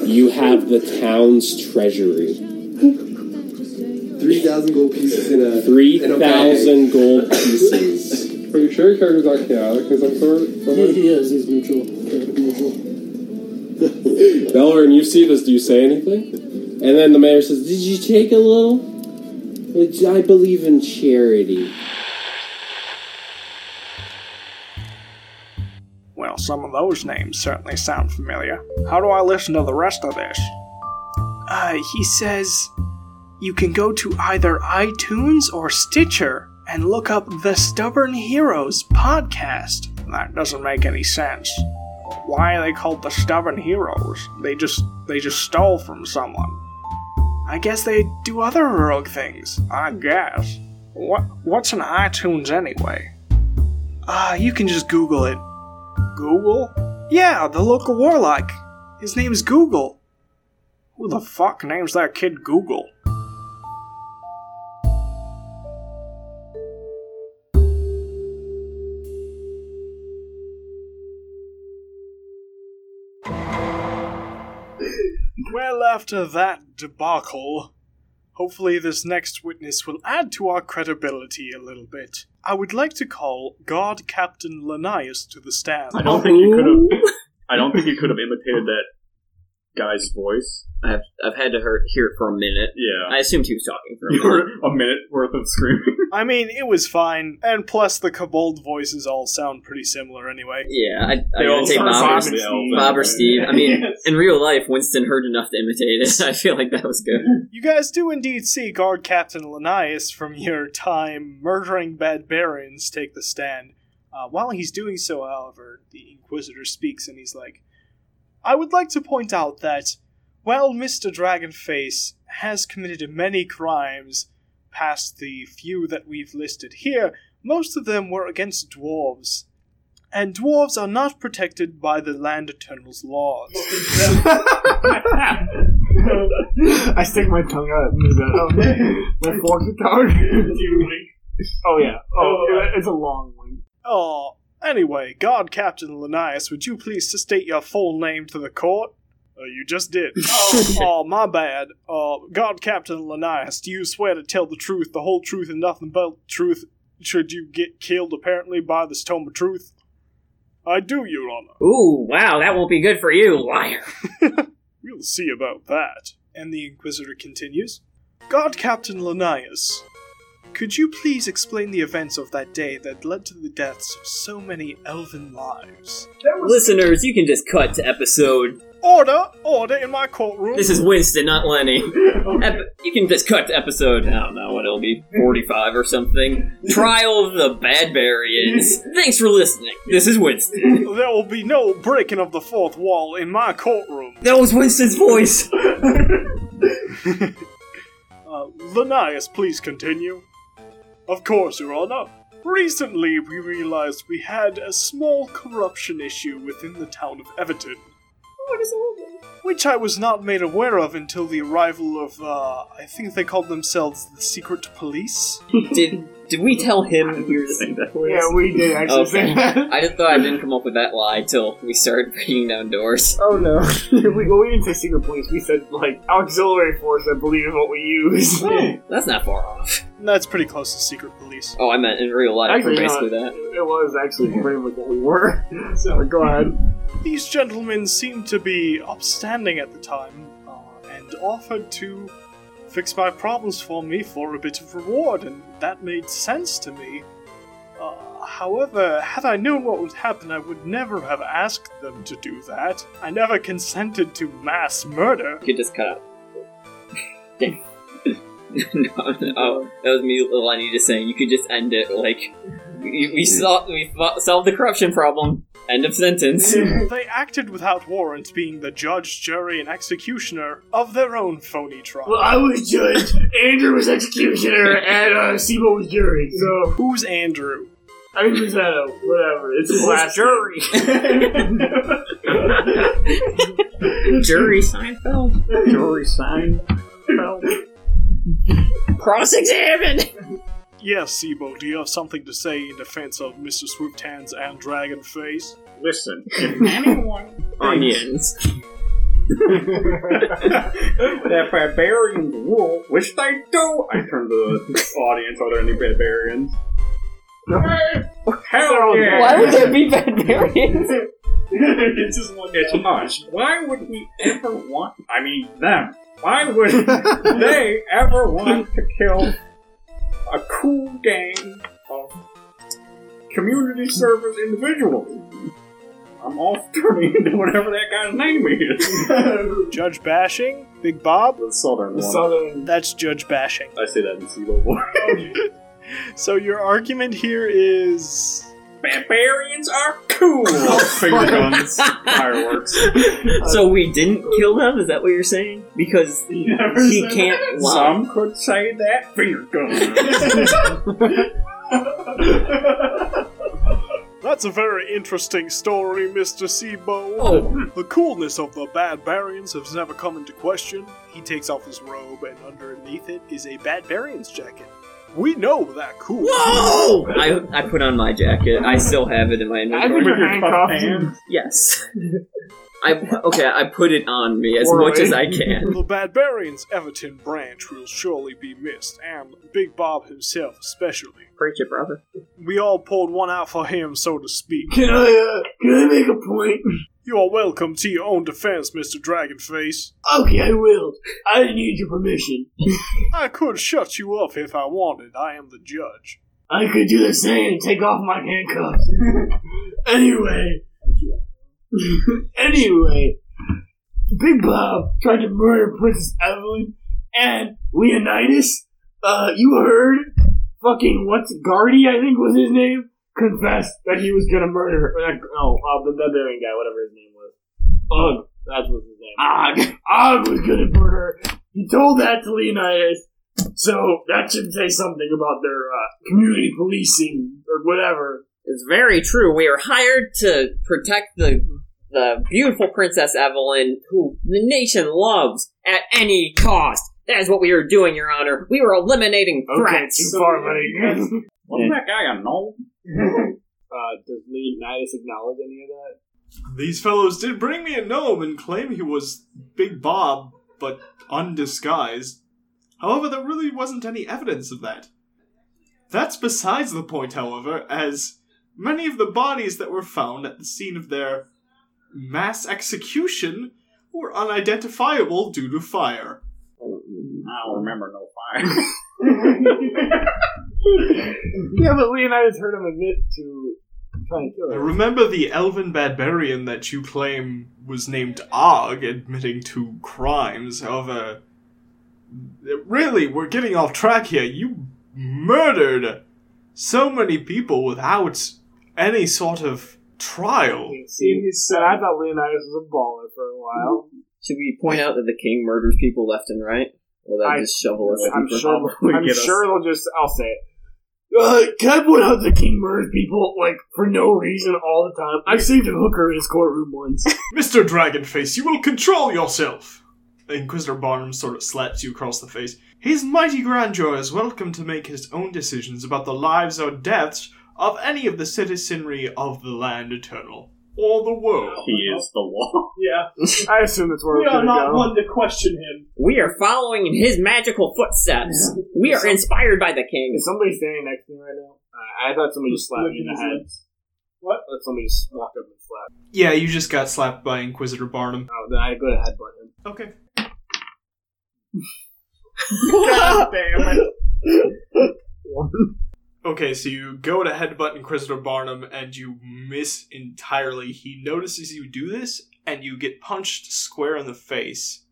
You have the town's treasury.
3,000 gold pieces in a.
Three
in a bag.
thousand gold pieces.
Are you sure your character's not chaotic? Because I'm sort of.
He, he is, he's neutral. Very neutral.
[laughs] Bellerin, you see this. Do you say anything? And then the mayor says, "Did you take a little?" Which I believe in charity.
Well, some of those names certainly sound familiar. How do I listen to the rest of this? Uh, he says you can go to either iTunes or Stitcher and look up the Stubborn Heroes podcast. That doesn't make any sense. Why are they called the Stubborn Heroes? They just they just stole from someone. I guess they do other heroic things. I guess. What what's an iTunes anyway? Ah, you can just Google it. Google? Yeah, the local warlock. His name's Google. Who the fuck names that kid Google? Well, after that debacle, hopefully this next witness will add to our credibility a little bit. I would like to call Guard Captain Linnaeus to the stand.
I don't think you could have. I don't think you could have imitated that
guy's voice.
I've, I've had to hear, hear it for a minute.
Yeah. [laughs]
I assumed he was talking for a
You
minute.
were a minute worth of
[laughs]
screaming.
I mean, it was fine, and plus the kobold voices all sound pretty similar anyway.
Yeah, I, I'm gonna take Bob, or, Bob or Steve. I [laughs] mean, in real life, Winston heard enough to imitate it. [laughs] I feel like that was [laughs] good.
You guys do indeed see Guard Captain Linnaeus from your time murdering bad barons take the stand. Uh, while he's doing so, however, the Inquisitor speaks and he's like, I would like to point out that while Mr. Dragonface has committed many crimes past the few that we've listed here, most of them were against dwarves. And dwarves are not protected by the Land Eternal's laws.
[laughs] I stick my tongue out and move that out. My forked tongue. oh yeah. Oh, it's a long one.
Oh, anyway, Guard Captain Linnaeus, would you please to state your full name to the court? Uh, you just did. oh, oh, my bad. Uh, Guard Captain Linnaeus, do you swear to tell the truth, the whole truth, and nothing but the truth? Should you get killed, apparently, by this tome of truth? I do, Your Honor.
Ooh, wow, that won't be good for you, liar.
We'll see about that. And the Inquisitor continues Guard Captain Linnaeus, could you please explain the events of that day that led to the deaths of so many elven lives?
Listeners, you can just cut to episode.
Order! Order in my courtroom!
This is Winston, not [laughs] Lenny. Ep- you can just cut to episode. I don't know what it'll be, forty-five or something. Trial of the [laughs] Badbarians. Thanks for listening. This is Winston.
there will be no breaking of the fourth wall in my courtroom.
That was Winston's voice.
Uh, Linnaeus, please continue. Of course, Your Honor. Recently, we realized we had a small corruption issue within the town of Everton. Which I was not made aware of until the arrival of, uh, I think they called themselves the Secret Police?
did did we tell him we were saying that?
Yeah, we did actually say that.
Oh, I just thought I didn't come up with that lie till we started breaking down doors.
Oh no. we, well, we didn't say secret police. We said, like, auxiliary force, I believe, is what we use.
Oh, that's not far off.
That's pretty close to secret police.
Oh, I meant in real life for
Actually, no,
basically that.
It was actually pretty much what we were. So, go ahead.
These gentlemen seemed to be upstanding at the time uh, and offered to fix my problems for me for a bit of reward, and that made sense to me. Uh, however, had I known what would happen, I would never have asked them to do that. I never consented to mass murder. [clears throat]
You could just cut out. [laughs] Damn. [laughs] no, oh, that was me, Lenny, just saying you could just end it. Like we, we solved we fo- solved the corruption problem. End of sentence.
they acted without warrant, being the judge, jury, and executioner of their own phony trial.
Well, I was judge, Andrew was executioner, and uh, Sebo was jury, so.
Who's Andrew?
I mean, Rosetto, whatever. [laughs] It's a
Who's
class.
[laughs] jury?
jury
Seinfeld?
Jury Seinfeld?
Cross examine.
Yes, Sibo, do you have something to say in defense of Mr. Swifthands and Dragonface?
Listen, anyone
Onions.
that barbarians rule, which they do. I turn to the [laughs] audience. Are there any barbarians? Hell yeah!
Why would there be barbarians?
[laughs] it's just one. It's us. Why would we ever want? I mean, them.
[laughs]
Why would they ever want to kill a cool gang of community service individuals? I'm off turning into whatever that guy's name is.
Judge Bashing? Big Bob?
The Southern one.
That's Judge Bashing.
I say that in Sebo voice. [laughs]
So your argument here is.
Barbarians are cool! [laughs] Finger guns, [laughs] fireworks.
so we didn't kill them. Is that what you're saying? Because [laughs] he can't lie.
Some could say that. Finger guns.
[laughs] That's a very interesting story, Mr. Sibo. Oh. The coolness of the Badbarians has never come into question. He takes off his robe, and underneath it is a Badbarian's jacket. We know that cool.
Whoa! I, I put on my jacket. I still have it in my
I think
inventory.
you're handcuffed.
Yes. [laughs] I okay. I put it on me as much as I can.
The Badbarians Everton branch will surely be missed, and Big Bob himself especially.
[laughs] Preach it, brother.
We all pulled one out for him, so to speak.
Can I, uh, can I make a point?
You are welcome to your own defense, Mr. Dragonface.
Okay, I will. I need your permission.
I could shut you up if I wanted. I am the judge.
I could do the same and take off my handcuffs. anyway. anyway. Big Bob tried to murder Princess Evelyn and Leonidas. Uh, you heard fucking what's Guardy, I think was his name, confessed that he was gonna murder. or not- Oh, uh, the barbarian guy, whatever his name was. Ugh, that was his name. Og. Og was gonna murder. her. He told that to Leonidas. So that should say something about their uh, community policing or whatever.
It's very true. We are hired to protect the the beautiful Princess Evelyn, who the nation loves at any cost. That is what we were doing, Your Honor. We were eliminating threats.
Wasn't that guy a gnome?
Uh, does Leonidas acknowledge any of that?
These fellows did bring me a gnome and claim he was Big Bob, but undisguised. However, there really wasn't any evidence of that. That's besides the point, however, as many of the bodies that were found at the scene of their mass execution were unidentifiable due to fire.
I don't remember no fire.
yeah, but Leonidas heard him admit to trying to kill
I
her.
remember the elven barbarian that you claim was named Og admitting to crimes, however. Really, we're getting off track here. You murdered so many people without any sort of trial.
See, he said I thought Leonidas was a baller for a while.
Should we point out that the king murders people left and right? Will that
I-
just shovel us
I'm
deeper?
sure. I'm sure they'll just. I'll say it.
Uh, can I point out the king murders people, like, for no reason all the time? I saved a hooker in his courtroom once.
[laughs] Mr. Dragonface, you will control yourself! Inquisitor Barnum sort of slaps you across the face. His mighty grandeur is welcome to make his own decisions about the lives or deaths of any of the citizenry of the land eternal, or the world.
He is the law.
Yeah.
I assume that's where
we
we're
are
gonna
not
go.
one to question him.
We are following in his magical footsteps. We are inspired by the king.
Is somebody standing next to me right now? Uh, I thought somebody just slapped me in the head. What? I thought somebody just walked up and slapped. me.
Yeah, you just got slapped by Inquisitor Barnum.
Oh, then I go to headbutt him.
Okay.
God damn it! [laughs]
Okay, so you go to headbutt Inquisitor Barnum and you miss entirely. He notices you do this and you get punched square in the face.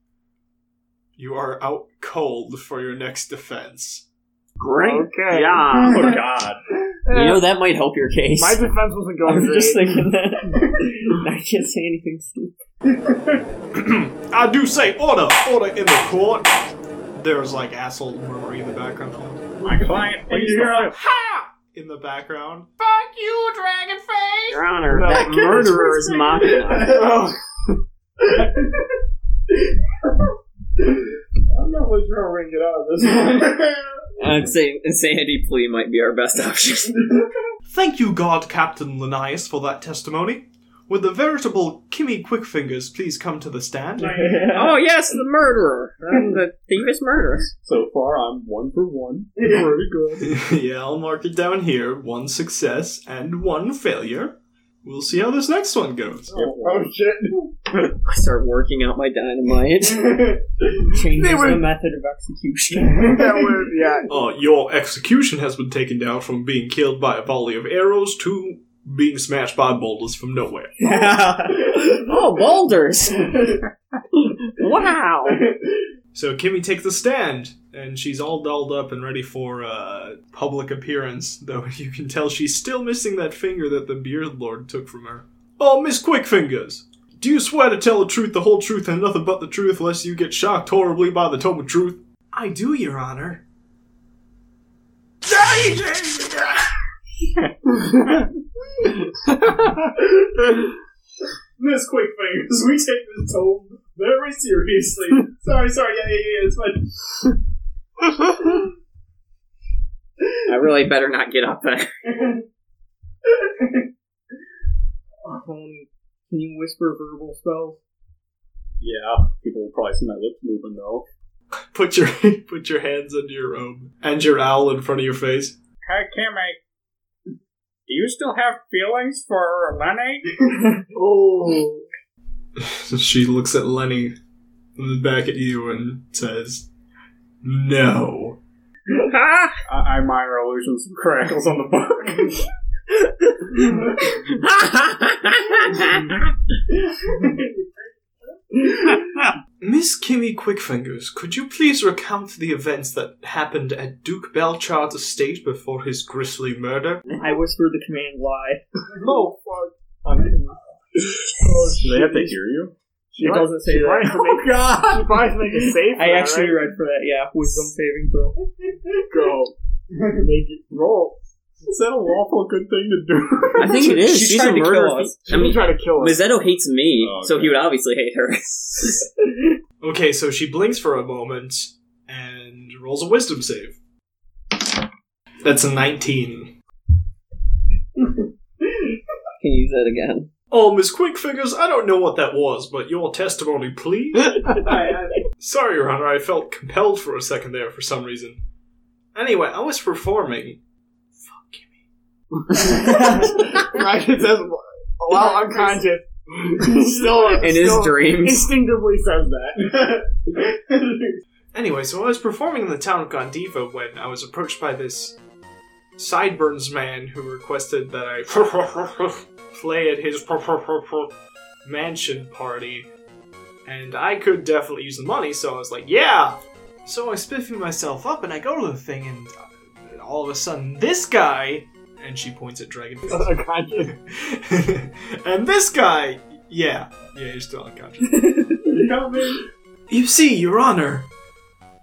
You are out cold for your next defense.
Great
Okay.
job.
Oh,
God.
You know, that might help your case.
My defense wasn't going
[laughs] I'm
great.
just thinking that. [laughs] I can't say anything stupid.
I do say order, order in the court. There's like asshole murmuring in the background.
My client,
And
please.
you hear a
don't-
ha in the background.
Fuck you, Dragonface!
Your Honor,
No,
that
I can't
murderer is [laughs]
say-
mocking [laughs] us.
I'm not really sure we're gonna get out of this one.
[laughs] I'd say insanity plea might be our best option.
Thank you, God Captain Linnaeus, for that testimony. Would the veritable Kimmy Quickfingers please come to the stand?
oh yes, the murderer.
[laughs]
I'm the thievish murderer.
So far, I'm one for one.
Very good. [laughs] yeah, I'll mark it down here. One success and one failure. We'll see how this next one goes.
Oh, shit.
I start working out
[laughs]
my dynamite. Changes
They were-
the method of execution.
[laughs]
that was yeah.
Uh, your execution has been taken down from being killed by a volley of arrows to being smashed by boulders from nowhere.
oh,
[laughs]
boulders! wow.
So Kimmy takes the stand, and she's all dolled up and ready for uh, public appearance. [laughs] Though you can tell she's still missing that finger that the beard lord took from her. Oh, Miss Quickfingers, do you swear to tell the truth, the whole truth, and nothing but the truth, lest you get shocked horribly by the total truth? I do, Your Honor.
Miss Quickfingers, we take this toll very seriously. sorry, sorry, yeah, yeah, yeah, it's fine.
I really better not get up there.
Tony, can you whisper verbal spells?
Yeah, people will probably see my lips moving though.
Put your [laughs] put your hands under your robe and your owl in front of your face.
Hey, Kimmy,
[laughs]
do you still have feelings for Lenny?
Oh,
she looks at Lenny and then back at you and says, No.
I, I minor illusions some crackles on the book.
Miss Kimmy Quickfingers, could you please recount the events that happened at Duke Belchard's estate before his grisly
[laughs]
murder?
I whispered the command lie.
Oh,
fuck.
Do they have to hear you?
Oh, She doesn't say that. [laughs]
Oh god!
She probably has to make a save.
I
I
actually
actually read for that. Yeah, wisdom saving throw.
Go.
Make it roll.
Is that a lawful good thing to do?
I think it is.
She
She's
tried
a
to kill
murderer.
us.
I
She
mean,
tried to kill us.
Mazzetto hates me,
Oh,
so
okay.
he would obviously hate her. [laughs]
Okay, so she blinks for a moment and rolls a wisdom save. That's a 19.
Can you use that again?
Oh, Miss Quickfingers, I don't know what that was, but your testimony, please. Sorry, Your Honor, I felt compelled for a second there for some reason. Anyway, I was performing.
Right? It says, while unconscious. still,
In his
still
dreams.
Instinctively says that.
Anyway, so I was performing in the town of Gondiva when I was approached by this sideburns man who requested that I [laughs] play at his [laughs] mansion party, and I could definitely use the money, so I was like, yeah! So I spiffy myself up and I go to the thing, and uh, all of a sudden, this guy, and she points at Dragonface, [laughs] and this guy, yeah, yeah, he's still unconscious. You see, Your Honor,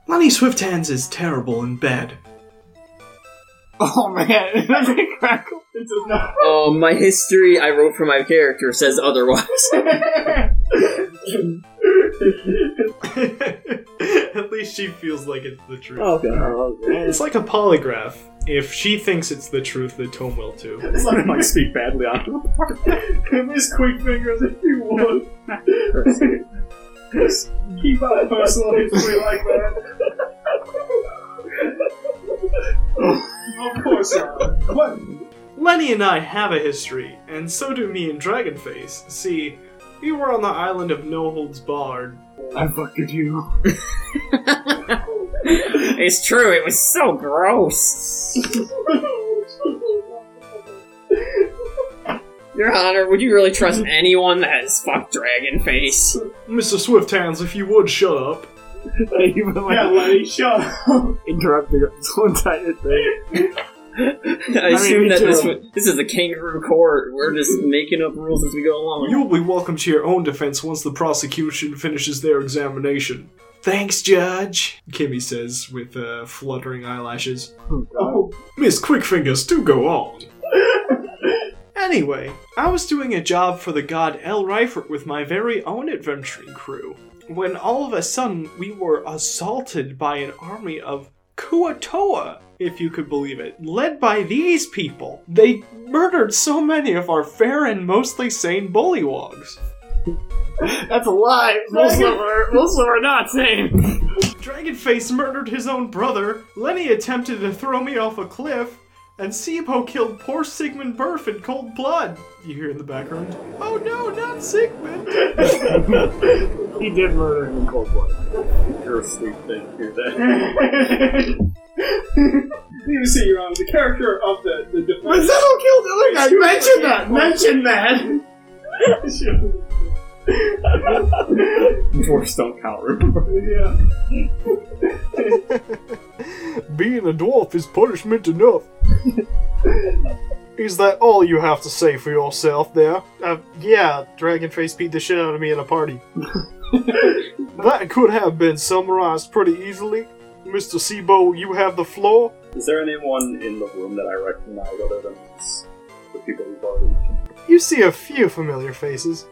Lenny Swifthands is terrible in bed.
Oh man, that's a crackle. It does not.
Oh, my history I wrote for my character says otherwise. [laughs]
[laughs] At least she feels like it's the truth.
Oh, God.
It's like a polygraph. If she thinks it's the truth, the tone will too.
[laughs] It's not like speak badly on Miss Quickfingers, if you would. Just keep our personal history like that. of course not. What?
Lenny and I have a history, and so do me and Dragonface. See, we were on the island of No Holds Barred.
I fucked with you.
it's true, it was so gross. Your Honor, would you really trust anyone that has fucked Dragonface?
Mr. Swifthands, if you would shut up.
Even like,
Yeah, Lenny, shut
up. Interrupting this whole entire thing.
I assume that this, wa- this is a kangaroo court. We're just making up rules as we go along.
You'll be welcome to your own defense once the prosecution finishes their examination. Thanks, Judge, Kimmy says with uh, fluttering eyelashes. Oh, [laughs] Miss Quickfingers, do go on. [laughs] anyway, I was doing a job for the god El Reifert with my very own adventuring crew when all of a sudden we were assaulted by an army of Kuatoa, if you could believe it, led by these people. They murdered so many of our fair and mostly sane bullywogs.
That's a lie. Most of them are, most of them are not sane.
Dragonface murdered his own brother, Lenny attempted to throw me off a cliff, and Sibo killed poor Sigmund Burf in cold blood. You hear in the background. Oh no, not Sigmund!
he did murder him in cold blood.
You're a sweet thing, hear that.
You see, Your Honor, the character of the, the defense.
Mazzetto killed the other guy. Mention that. Mention
Dwarfs don't count, remember?
Being a dwarf is punishment enough. is that all you have to say for yourself there? Uh, yeah, Dragonface beat the shit out of me at a party. that could have been summarized pretty easily. Mr. Sibo, you have the floor.
Is there anyone in the room that I recognize other than these- the people we've already mentioned?
You see a few
[laughs]
familiar faces.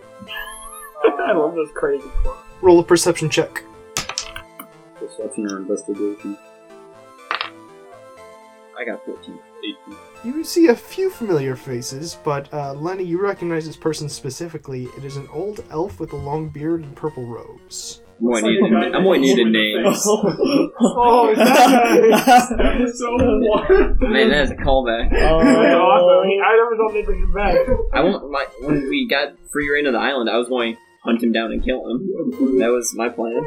I love this crazy quote.
Roll a perception check.
Perception or investigation?
I got 14.
18.
You see a few familiar faces, but uh, Lenny, you recognize this person specifically. It is an old elf with a long beard and purple robes.
I'm going to need, I'm going to need
[laughs]
a name.
Oh, that's episode one.
Man, that is a callback.
That's
Oh.
awesome. He- I never thought they'd bring him back.
I want my when we got free reign of the island, I was going hunt him down and kill him. That was my plan.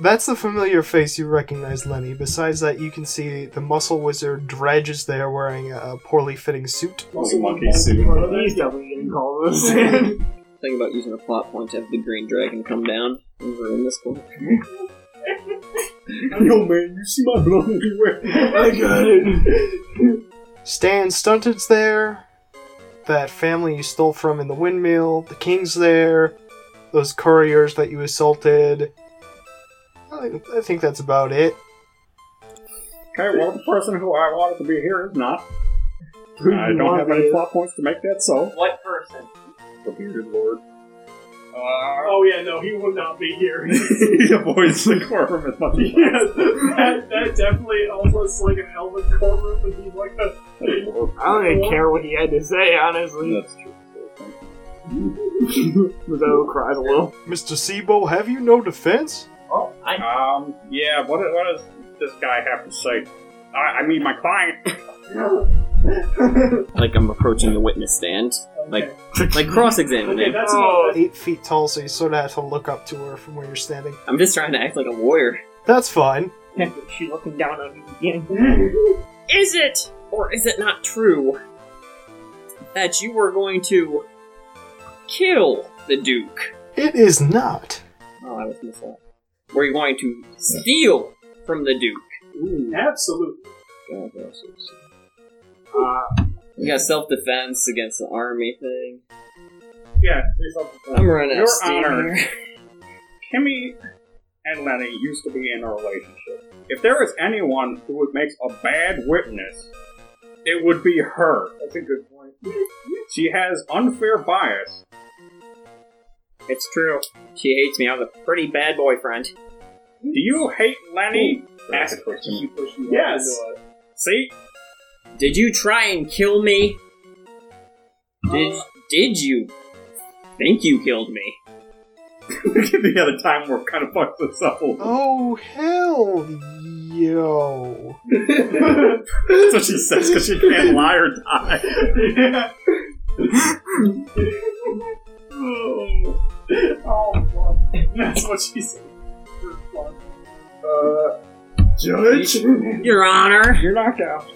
[laughs] That's the familiar face you recognize, Lenny. Besides that, you can see the muscle wizard Dredge is there wearing a poorly fitting suit.
monkey suit.
He's definitely getting called
this.
Thinking about using a plot point to have the green dragon come down and ruin this book.
Yo, man, you see my blood everywhere.
I got it. Stan Stunted's there. That family you stole from in the windmill. The king's there. Those couriers that you assaulted. I I think that's about it.
Okay, well, the person who I wanted to be here is not. I don't have any plot points to make that so.
What person?
The bearded lord.
oh yeah, no, he will not be
[laughs]
here.
he avoids the courtroom as much as
that, that definitely almost like an elven courtroom would be like a.
possible.
I don't even care what he had to say, honestly.
That's
Mazzo cries a little.
Mr. Sibo, have you no defense?
Oh, um, yeah. What, what does this guy have to say? I, I mean, my client.
Like I'm approaching the witness stand. Like like cross examining.
oh, eight feet tall, so you sort of have to look up to her from where you're standing.
I'm just trying to act like a warrior.
That's fine.
she looking down on me. Is it or is it not true that you were going to kill the Duke?
It is not.
Oh, I was missing. Were you going to steal from the Duke?
Absolutely.
God, that was so sad. you Uh, got self defense against the army thing.
yeah.
I'm running out
Your
of steam
Honor,
here.
Kimmy and Lenny used to be in a relationship. If there is anyone who would make a bad witness, it would be her. That's a good point. She has unfair bias.
It's true. She hates me. I was a pretty bad boyfriend.
Do you hate Lenny? Ask her. Yes. See? [laughs]
Did you try and kill me? Did did you think you killed me?
the other time we're kind of fucked this up.
Oh hell, yo!
That's what she says because she can't lie or die.
oh,
[laughs]
oh, fuck. That's what she said.
Uh,
Judge?
Your Honor.
You're knocked out.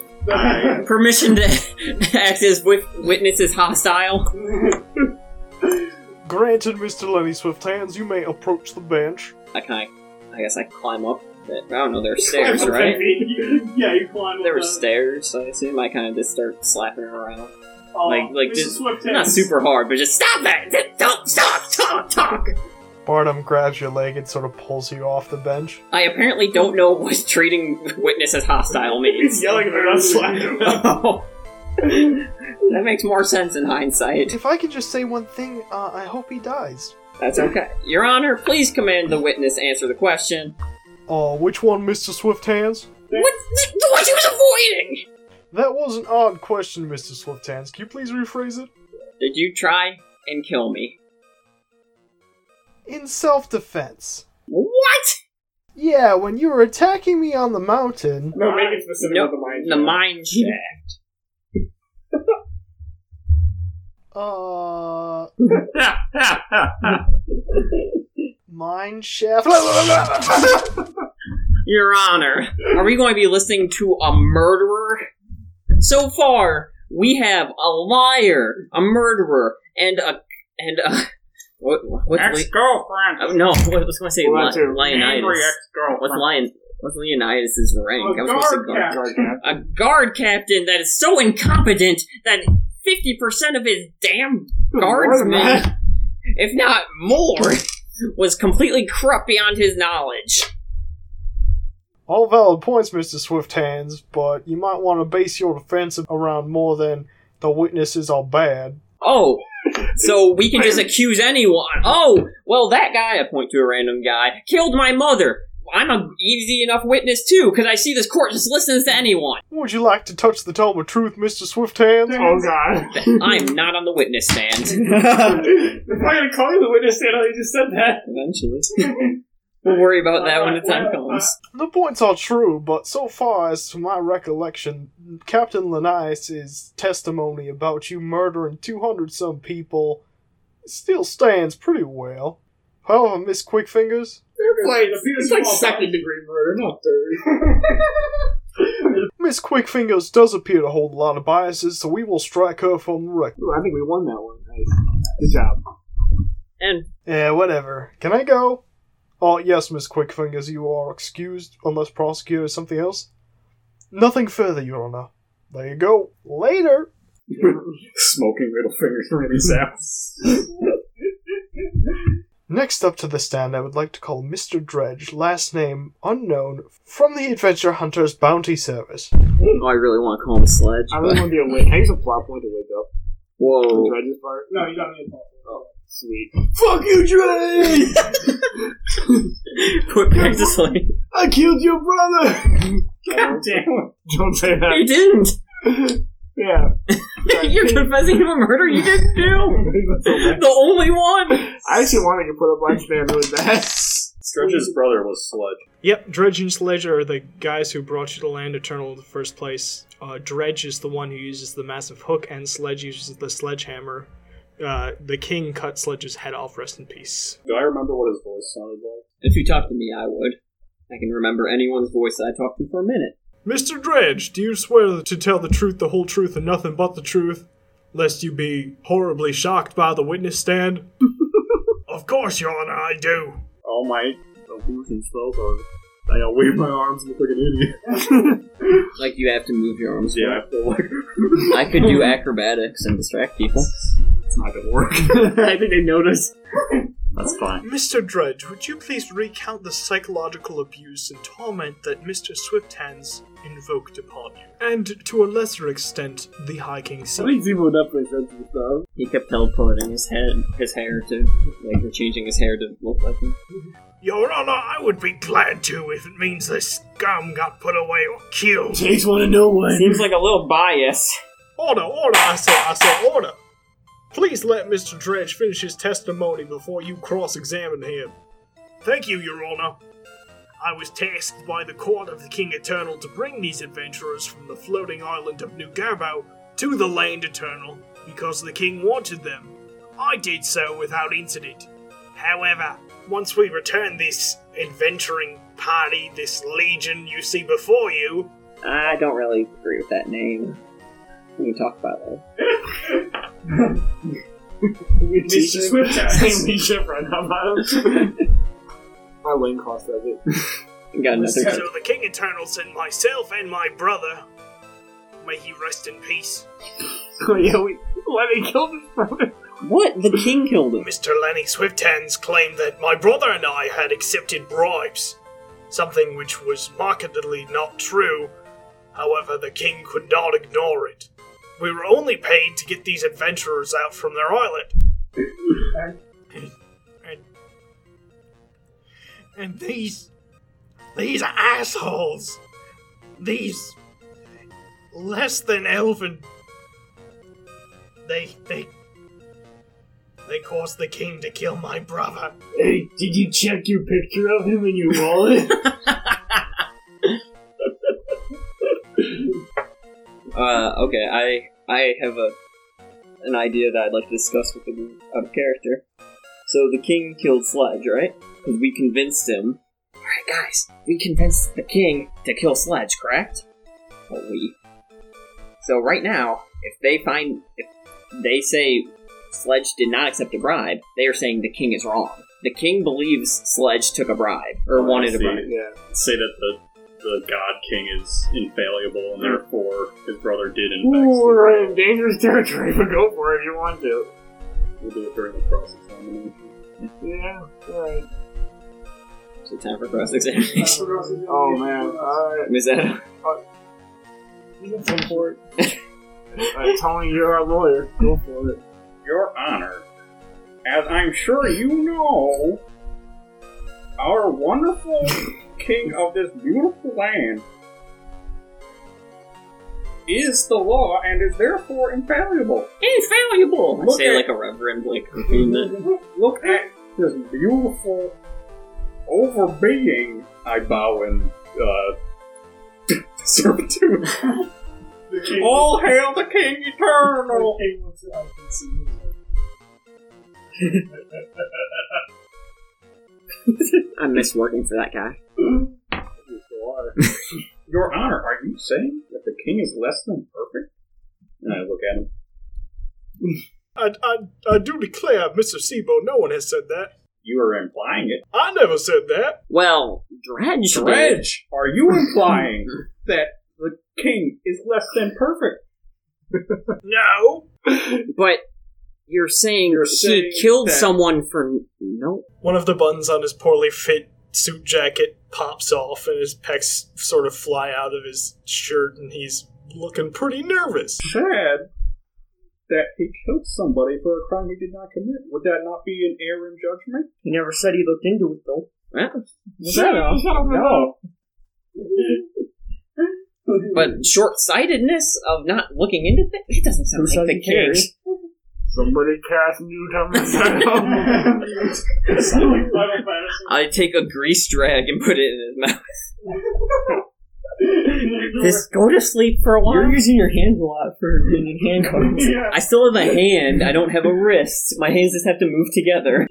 Permission to [laughs] act as wit- witness is hostile.
Granted, Mr. Lenny Swift Hands, you may approach the bench.
I kind of, I guess I climb up. the- I don't know. There are stairs, right?
[laughs] yeah, you climb
There were stairs. I assume I kind of just start slapping her around,
Oh,
like like
Mrs.
just
Swift
not
Hands.
super hard, but just stop that! [laughs] Don't stop! Talk! Talk!
Barnum grabs your leg and sort of pulls you off the bench.
I apparently don't know what treating witness
[laughs]
as hostile means.
He's yelling at her, not slapping
Oh. that makes more sense in hindsight.
[laughs] If I could just say one thing, uh, I hope he dies.
That's okay. Your Honor, please command the witness answer the question.
Oh, which one, Mr. Swift Hands?
What? The one she was avoiding!
That was an odd question, Mr. Swift Hands. Can you please rephrase it?
Did you try and kill me?
In self defense.
What?
Yeah, when you were attacking me on the mountain.
No, make it specific
No,
about the mine.
[laughs]
the mine shaft.
Uh. Mine shaft. [laughs]
Your Honor, are we going to be listening to a murderer? So far, we have a liar, a murderer, and a and a what? What's
Ex-girlfriend.
Oh, no, [laughs] what was I going to say?
Well, that's
Li-
your
Leonidas.
angry ex-girlfriend.
What's Lion? What's Leonidas's rank?
A
I was supposed to
guard
go-
captain.
A guard captain that is so incompetent that fifty percent of his damn guardsmen, if not more, [laughs] was completely corrupt beyond his knowledge.
All valid points, Mr. Swift Hands, but you might want to base your defense around more than the witnesses are bad.
Oh, so
[laughs]
we can just accuse anyone. Oh, well, that guy, I point to a random guy, killed my mother. I'm a easy enough witness, too, because I see this court just listens to
[laughs]
anyone.
Would you like to touch the dome of truth, Mr. Swift Hands?
Oh, I'm not on the witness stand.
[laughs] If I'm gonna call you the witness stand, I just said that.
Eventually. We'll worry about that when the
[laughs]
time comes.
The points are true, but so far as to my recollection, Captain Linnaeus' testimony about you murdering 200 some people
It still stands pretty well. However, Miss Quickfingers.
It's like, it's like second degree murder, not
[laughs]
third.
Miss Quickfingers does appear to hold a lot of biases, so we will strike her from the record. I think we won that one. Good job.
And
yeah, whatever. Can I go? Oh yes, Miss Quickfingers, you are excused unless prosecuted or something else. Nothing further, Your Honor. There you go. Later.
[laughs] Smoking middle fingers really sounds.
Next up to the stand, I would like to call Mr. Dredge, last name unknown, from the Adventure Hunters Bounty Service.
Oh, I really want to call him Sledge.
I really want to be awake. I use a plot point to wake up.
Whoa.
The Dredge's part.
no, you don't need a plot.
Oh, sweet.
Fuck you,
[laughs]
Dre!
[laughs] Put back to sleep.
I killed your brother.
God damn
Don't say that.
[laughs]
[laughs]
You didn't.
Yeah.
[laughs] You're confessing to a murder you didn't do. the only one.
I actually wanted to put up my stand really bad.
Stretch's brother was Sludge.
Yep, Dredge and Sledge are the guys who brought you to Land Eternal in the first place. Uh, Dredge is the one who uses the massive hook, and Sledge uses the sledgehammer. Uh, the king cut Sledge's head off. Rest in peace.
Do I remember what his voice sounded like?
If you talk to me, I would. I can remember anyone's voice that I talked to for a minute.
Mr. Dredge, do you swear to tell the truth, the whole truth, and nothing but the truth, lest you be horribly shocked by the witness stand? of course, Your Honor, I do.
All my illusion spells are. I wave my arms and look like an idiot.
Like you have to move your arms.
Yeah, I feel like
[laughs] I could do acrobatics and distract people.
it's not gonna work.
[laughs] I think they noticed.
That's fine.
Mr. Dredge, would you please recount the psychological abuse and torment that Mr. Swifthands invoked upon you? And to a lesser extent, the High King's
I think people would definitely sense this stuff.
He kept teleporting his head, his hair to, like, or changing his hair to look like him.
Your Honor, I would be glad to if it means the scum got put away or killed.
Seems like a little bias.
Order, order, I said, I said, order. Please let Mr. Dredge finish his testimony before you cross examine him.
Thank you, Your Honor. I was tasked by the court of the King Eternal to bring these adventurers from the floating island of Nugabo to the land eternal because the king wanted them. I did so without incident. However, once we returned this adventuring party, this legion you see before you,
I don't really agree with that name. We can talk about it.
Mr.
[laughs]
Swift has.
We should run out of them. My lane cost does it.
Got
so the King Eternal sent myself and my brother. May he rest in peace.
Oh, yeah, we, why they killed his brother?
What? The king killed him.
Mr. Lenny Swifthands claimed that my brother and I had accepted bribes, something which was markedly not true. However, the king could not ignore it. We were only paid to get these adventurers out from their island.
And these. These assholes!
These less than elven they they they caused the king to kill my brother.
Hey, did you check your picture of him in your wallet?
Uh, okay, I I have a an idea that I'd like to discuss with the group out of character. So the king killed Sledge, right? Because we convinced him. All right, guys, we convinced the king to kill Sledge, correct? Well, we. So right now, if they find if they say Sledge did not accept a bribe, they are saying the king is wrong. The king believes Sledge took a bribe or wanted a
See,
bribe.
Say that the the God King is infallible and therefore his brother did in fact.
Ooh, we're in dangerous territory, but go for it if you want to.
We'll do it during the cross examination.
Yeah, alright.
So time for cross [laughs] examination.
[laughs] Oh, man. Alright.
Is that
You can go for it. Alright, Tony, you're our lawyer. Go for it.
Your Honor, as I'm sure you know, our wonderful king of this beautiful land is the law and is therefore infallible.
infallible? I
Look
say
at-
like a reverend, like repeating that.
Look at this beautiful overbeing. I bow in uh,
[laughs]
[laughs] servitude. All hail the King Eternal!
The king looks at I can see him.
I miss working for that guy.
Your Honor, are you saying that the king is less than perfect? And I look at him.
I, I, I do declare, Mr. Sebo, no one has said that.
You are implying it.
I never said that.
Well, Dredge. did.
Dredge, are
[laughs]
you implying that the king is less than
[laughs]
perfect?
no.
But you're saying he
saying
killed
that-
someone for no.
One of the buttons on his poorly fit suit jacket pops off, and his pecs sort of fly out of his shirt, and he's looking pretty nervous.
Sad that he killed somebody for a crime he did not commit. Would that not be an error in judgment?
He never said he looked into it though.
Shut up. No.
But short sightedness of not looking into things? That doesn't sound like the case.
Somebody
[laughs]
cast Newtown.
I take a grease drag and put it in his mouth.
[laughs]
Just go to sleep for a while.
You're using your hands a lot for being in handcuffs.
I still have a hand. I don't have a wrist. My hands just have to move together.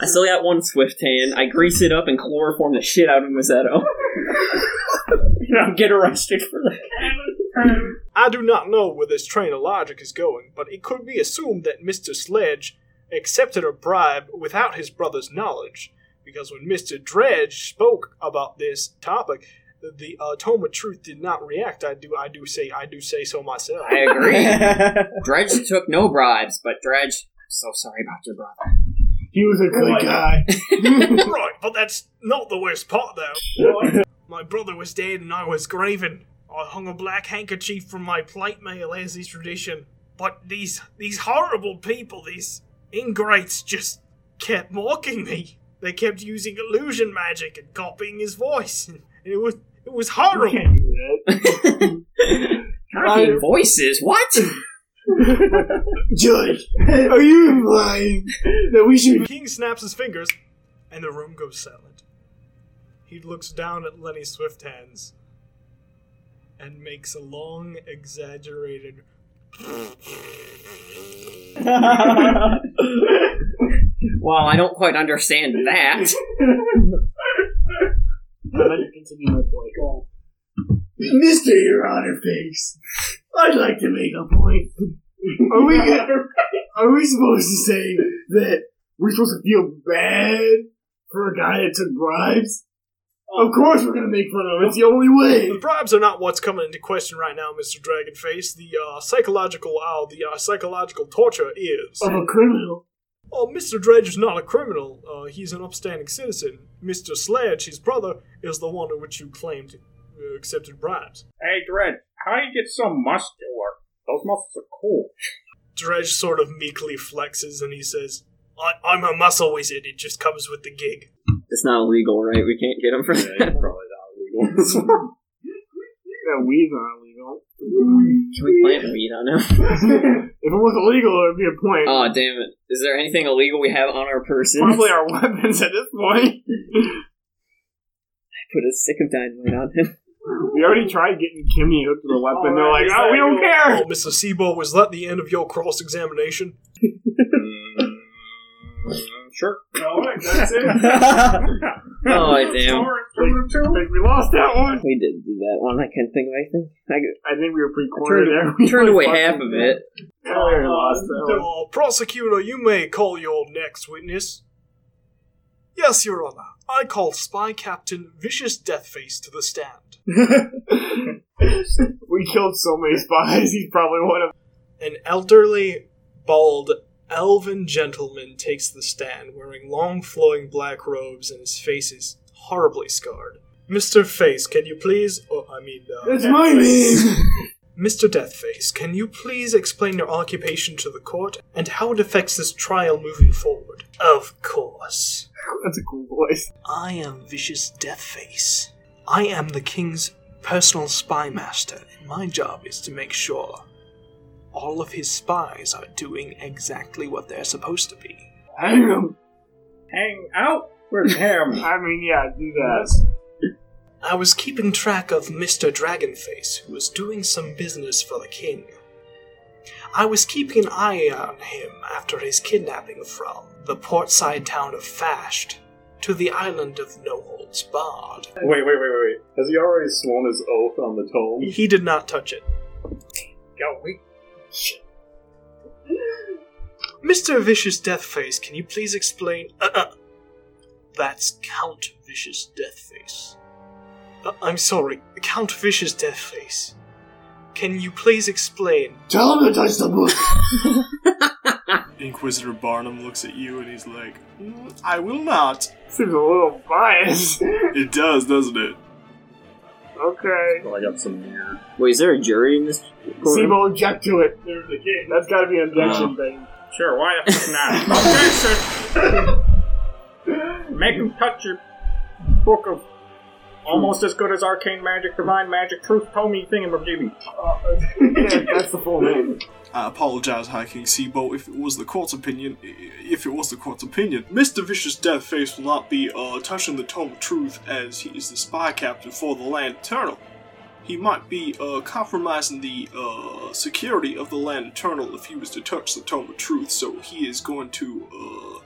I still got one swift hand. I grease it up and chloroform the shit out of Mazzetto.
You don't get arrested for that.
I do not know where this train of logic is going, but it could be assumed that Mr. Sledge accepted a bribe without his brother's knowledge, because when Mr. Dredge spoke about this topic, the uh, Tome of Truth did not react. I do, I do say, I do say so myself.
I agree. Dredge took no bribes, but Dredge, I'm so sorry about your brother.
he was a good
Right.
guy.
right, but that's not the worst part, though. my brother was dead and I was grieving. I hung a black handkerchief from my plate mail, as is tradition. But these these horrible people, these ingrates, just kept mocking me. They kept using illusion magic and copying his voice, and it was it was horrible.
Copying voices? What?
Judge, are you implying that we should?
King snaps his fingers, and the room goes silent. He looks down at Lenny Swift hands and makes a long, exaggerated.
Well, I don't quite understand that.
I'm going to continue my point. Mister Your Honor Face, I'd like to make a point. Are we gonna, are we supposed to say that we're supposed to feel bad for a guy that took bribes? Of course, we're gonna make fun of him. It's the only way.
The bribes are not what's coming into question right now, Mr. Dragonface. The uh, psychological, uh, the uh, psychological torture is.
Of a criminal.
Oh, Mr. Dredge is not a criminal. Uh, he's an upstanding citizen. Mr. Sledge, his brother, is the one to which you claimed uh, accepted bribes.
Hey, Dredge, how do you get so muscular? Those muscles are cool.
Dredge sort of meekly flexes and he says, I- I'm a muscle wizard, it just comes with the gig.
It's not illegal, right? We can't get him for that. [laughs]
That weed's not illegal.
Can we plant weed on him?
If it was illegal, it'd be a point.
Oh, damn it. Is there anything illegal we have on our person?
Probably our weapons at this point.
Put a stick of dynamite on him.
We already tried getting Kimmy hooked with a weapon. They're like, oh, we don't
Oh,
care.
Mr. Sebo, was that the end of your cross examination?
Sure.
No, that's it.
Oh,
[laughs]
damn.
Like, we lost that one.
We didn't do that one. I can't think of anything. I,
I think we were pretty cornered there.
turned,
[laughs]
turned away half of it.
Oh, we lost that one.
Uh, prosecutor, you may call your next witness. Yes, Your Honor. I call Spy Captain Vicious Deathface to the stand.
We killed so many spies. He's probably one of.
An elderly, bald, elven gentleman takes the stand wearing long flowing black robes and his face is horribly scarred. Mr. Face, can you please. Oh, I mean. Uh,
That's my name.
Mr. Deathface, can you please explain your occupation to the court and how it affects this trial moving forward? Of course.
[laughs] That's a cool voice.
I am Vicious Deathface. I am the king's personal spy master, and my job is to make sure all of his spies are doing exactly what they're supposed to be.
[laughs] Hang him.
Hang out with him.
[laughs] I mean, yeah, do that.
I was keeping track of Mr. Dragonface, who was doing some business for the king.
I was keeping an eye on him after his kidnapping from the portside town of Fasht to the island of No Holds Barred.
Wait, wait, wait, wait, wait. Has he already sworn his oath on the tome?
He did not touch it.
Yo, we. Shit.
Mr. Vicious Deathface, can you please explain? Uh, uh, that's Count Vicious Deathface. Uh, I'm sorry, Count Vicious Deathface. Can you please explain?
Tell him to touch the book.
[laughs] Inquisitor Barnum looks at you and he's like, "Mm, I will not.
Seems a little biased.
It does, doesn't it?
okay.
Well, I got some Wait, is there a jury in this?
Sebo, object to it. There's a kid. That's got to be an objection
Oh.
thing.
Sure, why the fuck not? okay, sir. Make him touch your book of almost as good as arcane magic, divine magic, truth, Tommy thingamajiggy.
that's the full name.
I apologize, High King Sibo, if it was the court's opinion. i- If it was the court's opinion, Mr. Vicious Deathface will not be uh, touching the Tome of Truth as he is the spy captain for the Land Eternal. He might be uh, compromising the uh, security of the Land Eternal if he was to touch the Tome of Truth, so he is going to uh,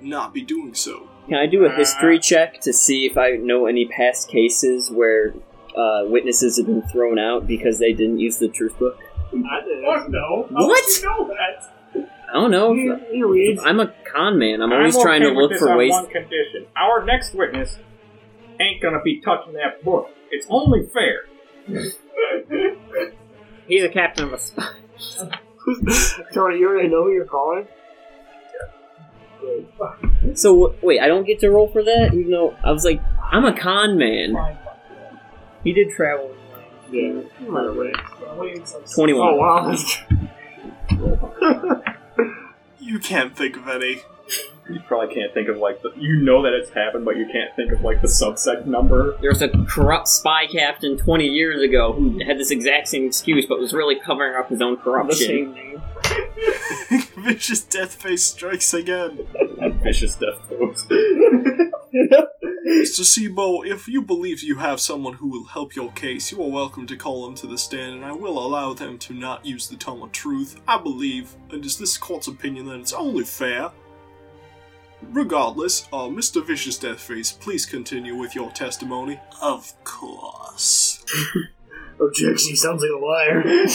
not be doing so.
Can I do a history check to see if I know any past cases where uh, witnesses have been thrown out because they didn't use the truth book?
I did. Fuck no. How
What?
would you know that?
I don't know. I'm a con man. I'm always
okay
trying to
with
look
this
for
on
ways.
One condition: our next witness ain't gonna be touching that book. It's only fair.
He's a captain of a spy.
[laughs] Tony, you already know who you're calling?
So w- wait, I don't get to roll for that, even though I was like, I'm a con man. He did travel.
Yeah.
Twenty-one.
Oh, wow.
You can't think of any.
You probably can't think of like the. You know that it's happened, but you can't think of like the subsect number.
There was a corrupt spy captain 20 years ago who had this exact same excuse, but was really covering up his own corruption.
[laughs] Vicious Deathface strikes again.
[laughs] Vicious death pose.
Mr. Sibo, if you believe you have someone who will help your case, you are welcome to call them to the stand, and I will allow them to not use the tone of truth. I believe, and is this court's opinion, that it's only fair. Regardless, uh, Mr. Vicious Deathface, please continue with your testimony. Of course.
Objection, he sounds like a liar.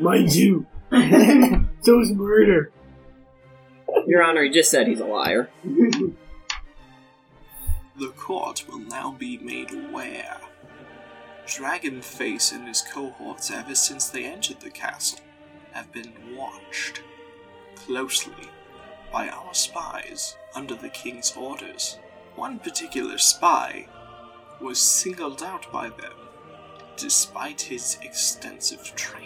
Mind you. so is murder.
Your Honor, he just said he's a liar.
The court will now be made aware. Dragonface and his cohorts, ever since they entered the castle, have been watched closely by our spies under the king's orders. One particular spy was singled out by them, despite his extensive training.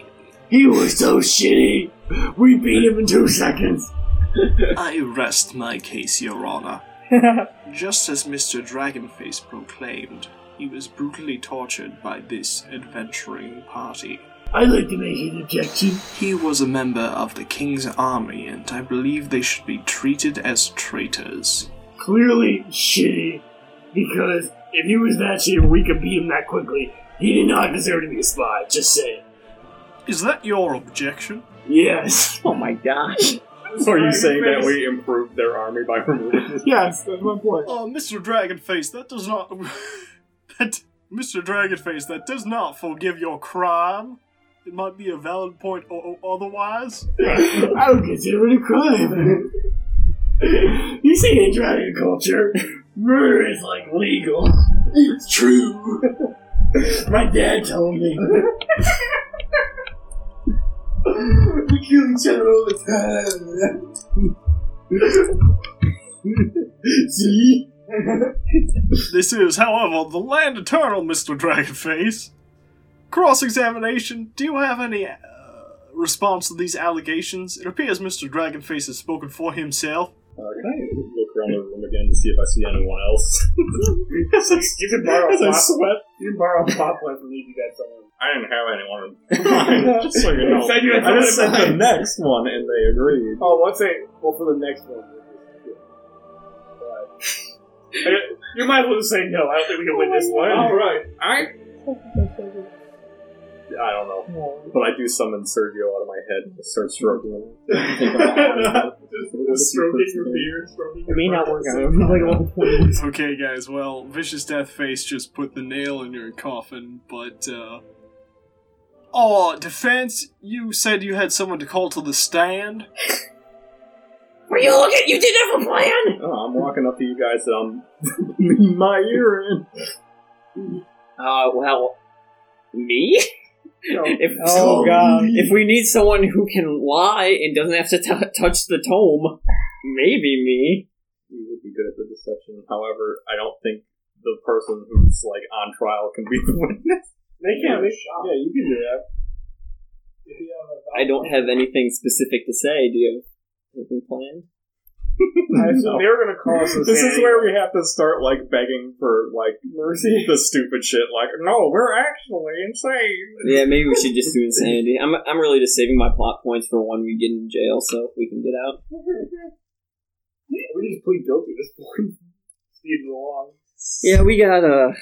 He was so shitty. We beat him in two seconds.
I rest my case, Your Honor. Just as Mr. Dragonface proclaimed, he was brutally tortured by this adventuring party.
I'd like to make an objection.
He was a member of the King's Army, and I believe they should be treated as traitors.
Clearly shitty. Because if he was that shitty, we could beat him that quickly. He did not deserve to be a spy. Just saying.
Is that your objection?
Yes.
Oh my gosh.
So are you saying that we improved their army by removing?
Yes, that's my point.
Oh, Mr. Dragonface, that does not. [laughs] that Mr. Dragonface, that does not forgive your crime. It might be a valid point, or, or otherwise.
I would consider it a crime. you say in dragon culture, murder is like legal. It's true. My dad told me. we kill each other all the time. See?
This is, however, the land eternal, Mr. Dragonface. Cross examination, do you have any uh, response to these allegations? It appears Mr. Dragonface has spoken for himself.
Uh, can I look around the room again to see if I see anyone
[laughs]
else?
you can borrow a
As I
pop.
sweat.
You can borrow a pop one from me if you got someone.
I didn't have anyone. in
[laughs]
mind, Just so you know,
Said you had
I just
someone
sent
in
the
mind.
next one, and they agreed.
Oh, what's it? Well, for the next one. [laughs]
You might as well just say no. I don't think we can win this one.
All right.
I.
I don't know. But I do summon Sergio out of my head and start stroking him. Take him out.
[laughs] Just stroking your beard, stroking your
okay, guys. Well, vicious death face just put the nail in your coffin, but uh, oh, defense! You said you had someone to call to the stand.
Were you looking- you didn't have a plan! Oh, I'm walking up to you guys and
[laughs]
I'm leaning my ear in.
Uh, well, me? [laughs]
[laughs]
if,
Oh, God.
If we need someone who can lie and doesn't have to t- [laughs] touch the tome, maybe me.
You would be good at the deception. However, I don't think the person who's like on trial can be the [laughs] witness.
They can't. They,
yeah, you can do that.
I don't have anything specific to say. Do you have anything planned?
[laughs] No.
They're gonna call us.
This is where we have to start like begging for like mercy. The stupid shit, like no, we're actually insane.
Yeah, maybe we should just do insanity. I'm, I'm really just saving my plot points for when we get in jail, so if we can get out.
we just plead guilty at this point. Speed along.
Yeah, we got uh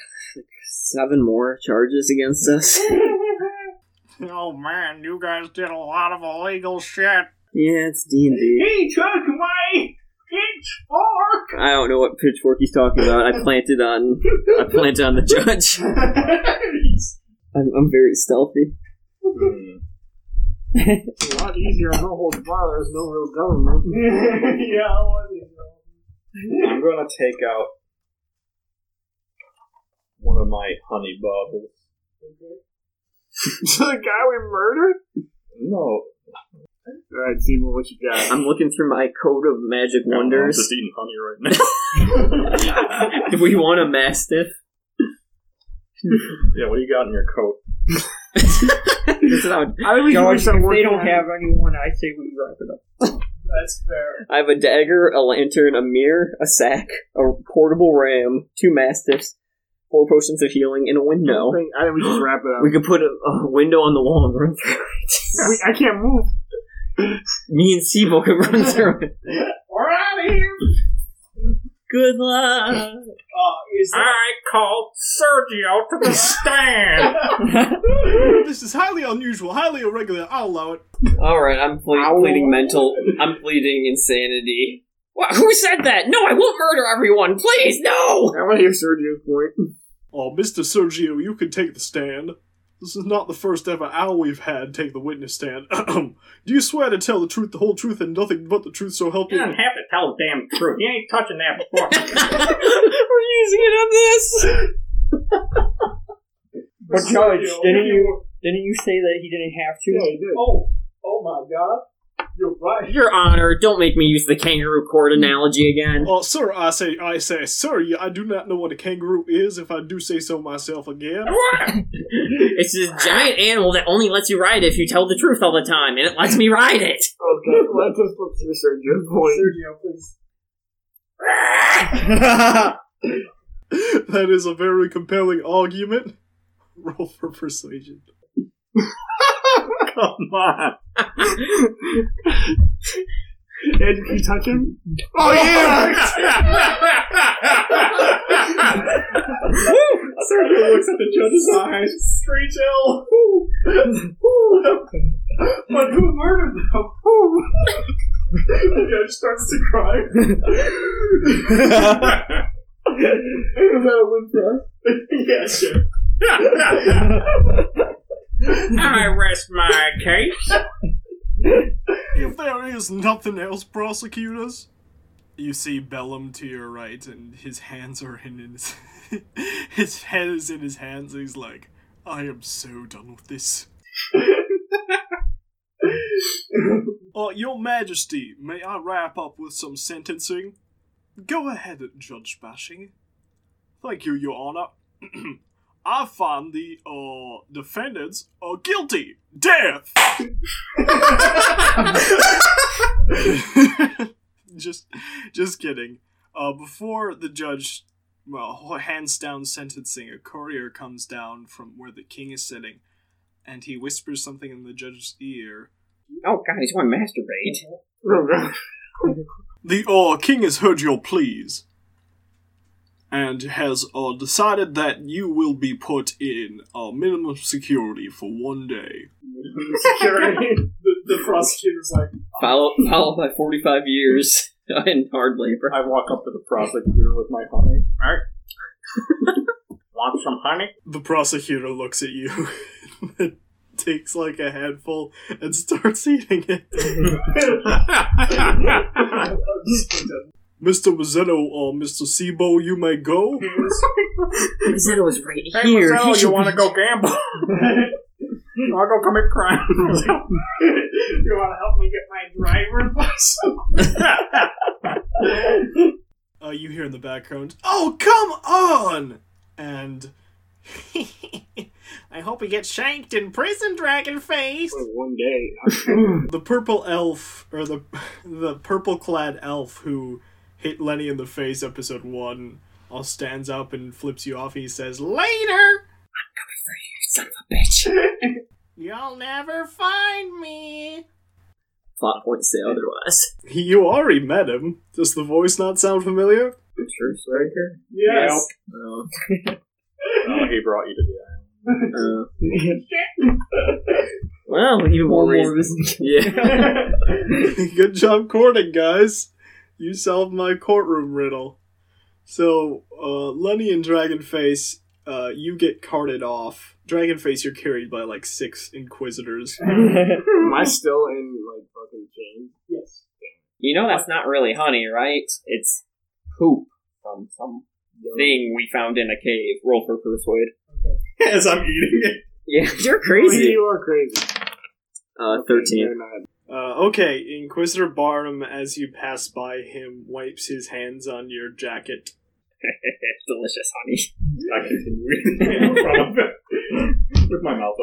seven more charges against us.
[laughs] oh man, you guys did a lot of illegal shit.
yeah, it's D and D.
He took my pitchfork.
I don't know what pitchfork he's talking about. I planted on I planted on the judge.
[laughs]
I'm, I'm very stealthy.
It's a lot easier on no holds bar. There's no real
[laughs]
government. yeah, I want it.
I'm gonna take out one of my honey bubbles. [laughs]
So the guy we murdered?
No.
Alright, Seymour, what you got?
I'm looking through my code of magic wonders.
just eating honey right now. [laughs]
[laughs] Do we want a mastiff?
yeah, what do you got in your coat?
I always
Guys,
wish I
if they
worked
don't
on-
have
anyone, I say we wrap it up. That's fair.
I have a dagger, a lantern, a mirror, a sack, a portable ram, two mastiffs, four potions of healing, and a window.
I think- I think we just wrap it up.
We could put a, a window on the wall and run through it.
[laughs] We- I can't move.
Me and Sibo could
[laughs]
run through it.
We're out of here.
Good luck.
I called Sergio to the stand.
this is highly unusual, highly irregular. I'll allow it.
All right, I'm ple- pleading mental. I'm pleading insanity. What, who said that? No, I won't murder everyone. Please, no.
I want to hear Sergio's point.
Oh, Mister Sergio, you can take the stand. This is not the first ever owl we've had take the witness stand. [clears throat] Do you swear to tell the truth, the whole truth, and nothing but the truth? So help
You
you.
don't have to tell the damn truth. You ain't touching that before.
[laughs] We're using it on this.
But Judge, didn't you-
didn't you say that he didn't have to?
Yeah, he did. Oh, oh my God! You're right.
Your Honor, don't make me use the kangaroo court analogy again.
Well, Uh, sir, I say, I say, sir, I do not know what a kangaroo is. If I do say so myself again,
[laughs] It's this giant animal that only lets you ride if you tell the truth all the time, and it lets me ride it.
Okay, let's just look through Sergio's point. Sergio, please.
that is a very compelling argument. [laughs] Roll for persuasion. [laughs]
Come on. Ed, can you touch him?
Oh,
[laughs] [laughs] Sergio looks at the judge's eyes. Screech L. but who murdered them? Who? the judge starts to cry. [laughs]
[laughs]
Is that a win for us? yeah, sure.
I rest my case.
If there is nothing else, prosecutors, you see Bellum to your right, and his hands are in his [laughs] his head is in his hands. And he's like, I am so done with this. uh, your Majesty, may I wrap up with some sentencing? Go ahead, Judge Bashing. Thank you, Your Honor. [clears throat] I find the uh, defendants are guilty. Death. [laughs] just, just kidding. Uh, before the judge, well, hands down sentencing, a courier comes down from where the king is sitting, and he whispers something in the judge's ear.
Oh God, he's going to masturbate.
The uh, king has heard your pleas. and has uh, decided that you will be put in uh, minimum security for one day.
Security. [laughs] the, the prosecutor's like,
Follow, follow by 45
[laughs]
years in hard labor.
I walk up to the prosecutor with my honey. Alright. Want some honey?
The prosecutor looks at you, [laughs] and takes like a handful, and starts eating [laughs] it. Mr. Mazzetto or Mr. Sebo, [laughs] you may go.
Mazzetto is right
Hey, Marcelo, you want to go gamble? you want to go commit crime?
you want to help me get my driver's
[laughs]
license?
Uh, you hear in the background, Oh, come on! And [laughs] I hope he gets shanked in prison, Dragonface.
One day.
the purple elf, or the the purple clad elf who hit Lenny in the face, episode one, all stands up and flips you off. And he says, "Later,
son of a
[laughs]
bitch.
You'll never find me.
Plot points say otherwise.
You already met him. Does the voice not sound familiar?
Sure, striker.
Yes.
No. Oh, he brought you to the island.
Well, even more, reason.
[laughs]
yeah.
[laughs] Good job courting, guys. You solved my courtroom riddle. So, uh, Lenny and Dragonface, uh, you get carted off. Dragonface, you're carried by like six inquisitors.
Am I still in like fucking chains? Yes.
You know that's not really honey, right? It's poop from some thing we found in a cave. Roll for persuade.
As I'm eating it.
Yeah, [laughs] you're crazy.
You are crazy.
Uh, 13.
Uh, okay, Inquisitor Barnum, as you pass by him, wipes his hands on your jacket.
[laughs] Delicious honey.
I continue in front of
[laughs]
it with my mouth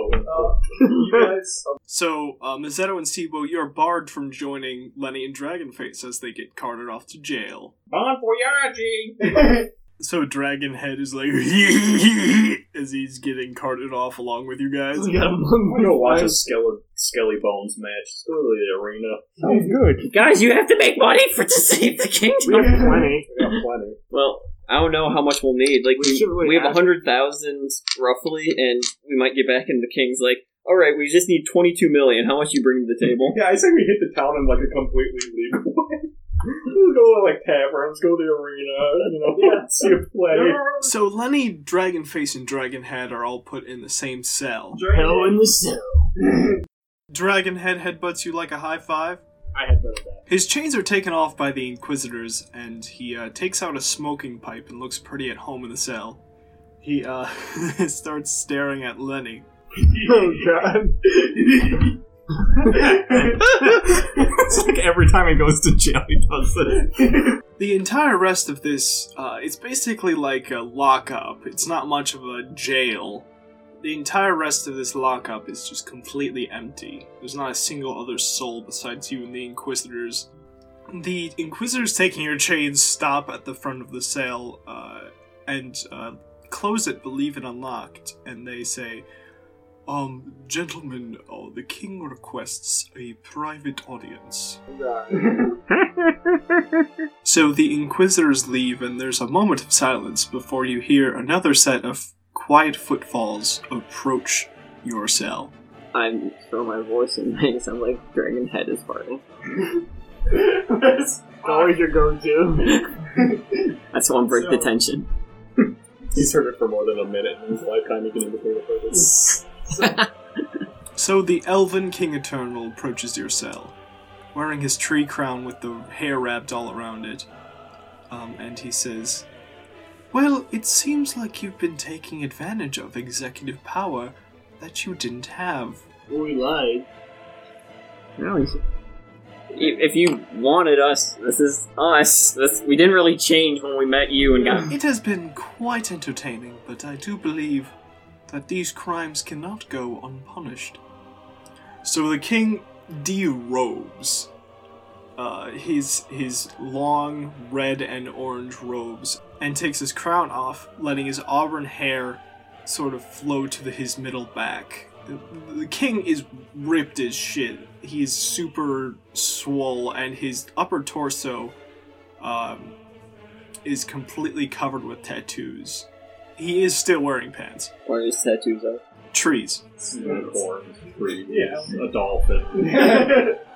[laughs]
open.
so, uh, Mazzetto and Sibo, you're barred from joining Lenny and Dragonface as they get carted off to jail.
Bon voyage!
So Dragonhead is like [laughs] as he's getting carted off along with you guys.
[laughs]
I'm gonna watch a Skelly, Skelly Bones match. Let's go to the arena.
Sounds
good.
Guys, you have to make money for to save the kingdom.
[laughs]
We have plenty. We have plenty.
Well, I don't know how much we'll need. Like, we, we have a 100,000 roughly, and we might get back and the king's like, all right, we just need 22 million. How much you bring to the table?
Yeah, I say we hit the town in like a completely legal way. Let's go to like taverns, go to the arena, you know, see a play.
So Lenny, Dragonface, and Dragonhead are all put in the same cell.
Hell in the cell.
Dragonhead headbutts you like a high five.
I had better that.
His chains are taken off by the Inquisitors, and he uh, takes out a smoking pipe and looks pretty at home in the cell. He uh, [laughs] starts staring at Lenny.
Oh
[laughs]
god.
it's like every time he goes to jail, he does this.
The entire rest of this, uh, it's basically like a lockup. It's not much of a jail. The entire rest of this lockup is just completely empty. There's not a single other soul besides you and the Inquisitors. The Inquisitors taking your chains stop at the front of the cell uh, and uh, close it, believe it unlocked, and they say, um, gentlemen, uh, the king requests a private audience. So the Inquisitors leave, and there's a moment of silence before you hear another set of quiet footfalls approach your cell.
I'm throw my voice in things. I'm like, Dragon Head is farting.
[laughs] That's always your go-to.
[laughs] That's one break the tension.
He's heard it for more than a minute in his lifetime. He can indicate it
[laughs]
this.
So the Elven King Eternal approaches your cell, wearing his tree crown with the hair wrapped all around it. Um, and he says, Well, it seems like you've been taking advantage of executive power that you didn't have.
We lied.
Really? If you wanted us, this is us. This, we didn't really change when we met you
[laughs]
and got.
[laughs] It has been quite entertaining, but I do believe that these crimes cannot go unpunished. So the king derobes. Uh, his his long red and orange robes and takes his crown off, letting his auburn hair sort of flow to the, his middle back. The, the king is ripped as shit. He is super swole, and his upper torso um, is completely covered with tattoos. He is still wearing pants.
Where his tattoos are?
Trees.
Unicorn, tree,
Yeah.
a
[laughs]
dolphin.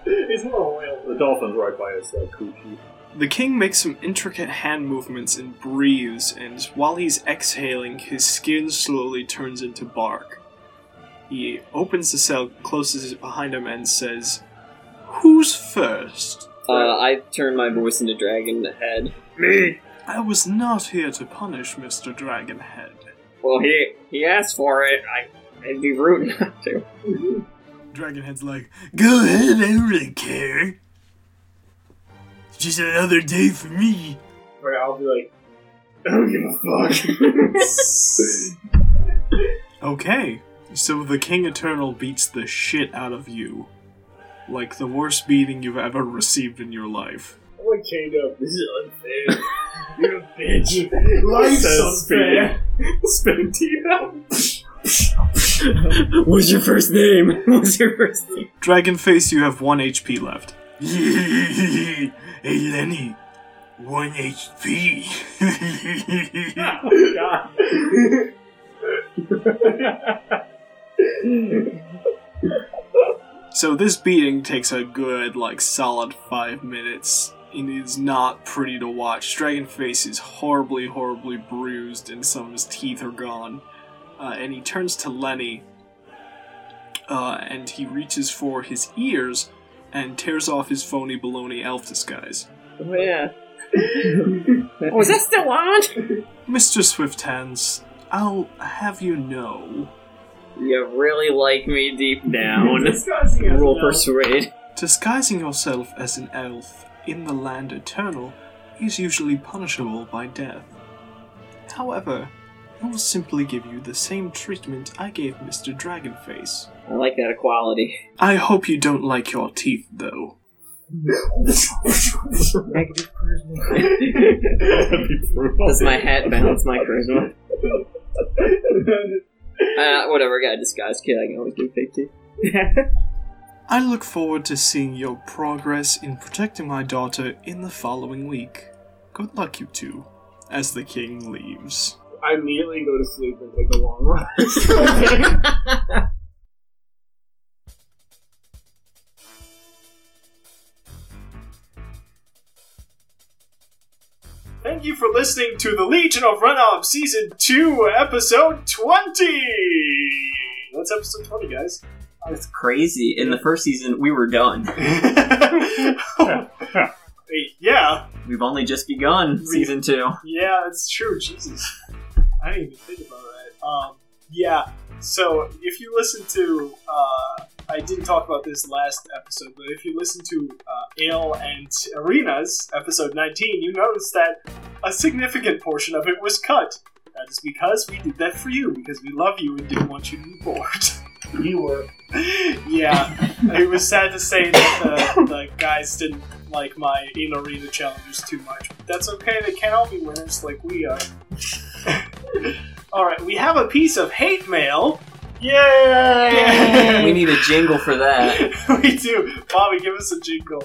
It's more oil.
The dolphin's right by his uh, coochie.
The king makes some intricate hand movements and breathes, and while he's exhaling, his skin slowly turns into bark. He opens the cell, closes it behind him, and says, Who's first?
Uh, I turned my voice into dragon head.
Me. I was not here to punish Mr. Dragonhead.
Well, he he asked for it. I it'd be rude [laughs] not to.
Dragonhead's like,
Go ahead, I don't really care. It's just another day for me.
Right, I'll be like,
I don't give a
[laughs]
Okay, so the King Eternal beats the shit out of you. Like the worst beating you've ever received in your life.
I'm like chained up. This is unfair. You're a bitch.
Life's
Says
unfair.
spinning- Spinning teeth out.
What's your first name? What's your first name? Dragonface, you have one HP left.
hey, Lenny. One HP.
So this beating takes a good, like, solid five minutes. It is not pretty to watch. Dragonface is horribly, horribly bruised, and some of his teeth are gone. Uh, and he turns to Lenny, uh, and he reaches for his ears and tears off his phony baloney elf disguise.
[laughs]
Oh, yeah. Was that still on?
Mr. Swifthands, I'll have you know.
You really like me deep
[laughs]
down.
Disguising as
Roll
an elf.
persuade.
Disguising yourself as an elf in the land eternal is usually punishable by death. However, I will simply give you the same treatment I gave Mr. Dragonface.
I like that
[laughs]
equality.
I hope you don't like your teeth, though.
Negative
[laughs]
Does
[laughs]
my hat balance my charisma? Uh, whatever, I got a disguise kid. I can always do fake teeth.
I look forward to seeing your progress in protecting my daughter in the following week. Good luck, you two, as the king leaves.
I immediately go to sleep and take a long run.
Thank you for listening to the Legion of Runoff Season 2, Episode 20! What's episode 20, guys?
That's crazy. In the first season, we were done.
Wait, yeah,
We've only just begun season two.
yeah, it's true, Jesus. I didn't even think about that. Um, yeah, so if you listen to, uh, I didn't talk about this last episode, but if you listen to uh, Ale and Arenas, episode 19, you notice that a significant portion of it was cut. That is because we did that for you, because we love you and didn't want you to be bored. You were. [laughs] yeah, it was sad to say that the, the guys didn't like my in arena challenges too much. But that's okay, they can't all be winners like we are. [laughs] Alright, we have a piece of hate mail. [laughs] Yay!
we need a jingle for that.
we do. Bobby, give us a jingle.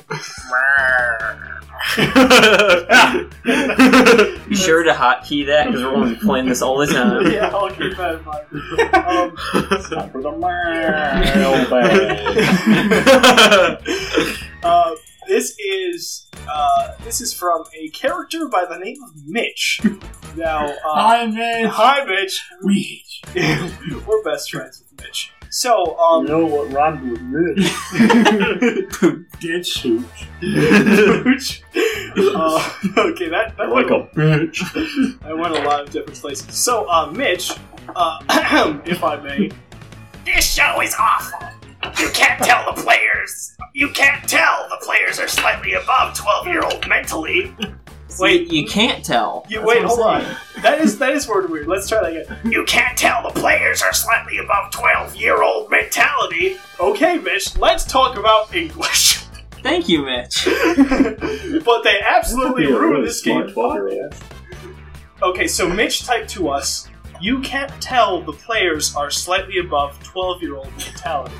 Be sure to hotkey that because we're going to be playing this all the time.
[laughs]
[laughs]
yeah, I'll keep that in mind. Um, [laughs] Uh, this is uh, this is from a character by the name of Mitch. Now, uh,
Hi, Mitch.
Hi, Mitch. [laughs] We we're best friends with Mitch. So, um,
You know what rhymed with Mitch?
[laughs]
Ditch.
Pooch. [laughs] Uh, [laughs] okay, that, that
Like
went-
a bitch.
I went a lot of different places. So, uh, Mitch, uh, [clears throat] if I may,
This show is awful. You can't tell the players. You can't tell the players are slightly above 12 year old mentally.
Wait, you can't tell.
you,
That's
wait,
what I'm
hold on. That is that is word weird. Let's try that again.
You can't tell the players are slightly above 12 year old mentality.
Okay, Mitch, let's talk about English. [laughs]
Thank you, [laughs] Mitch.
but they absolutely
Yeah,
ruined
really
this
smart
game.
twelve-year-old.
Okay, so Mitch typed to us, you can't tell the players are slightly above 12 year old mentality.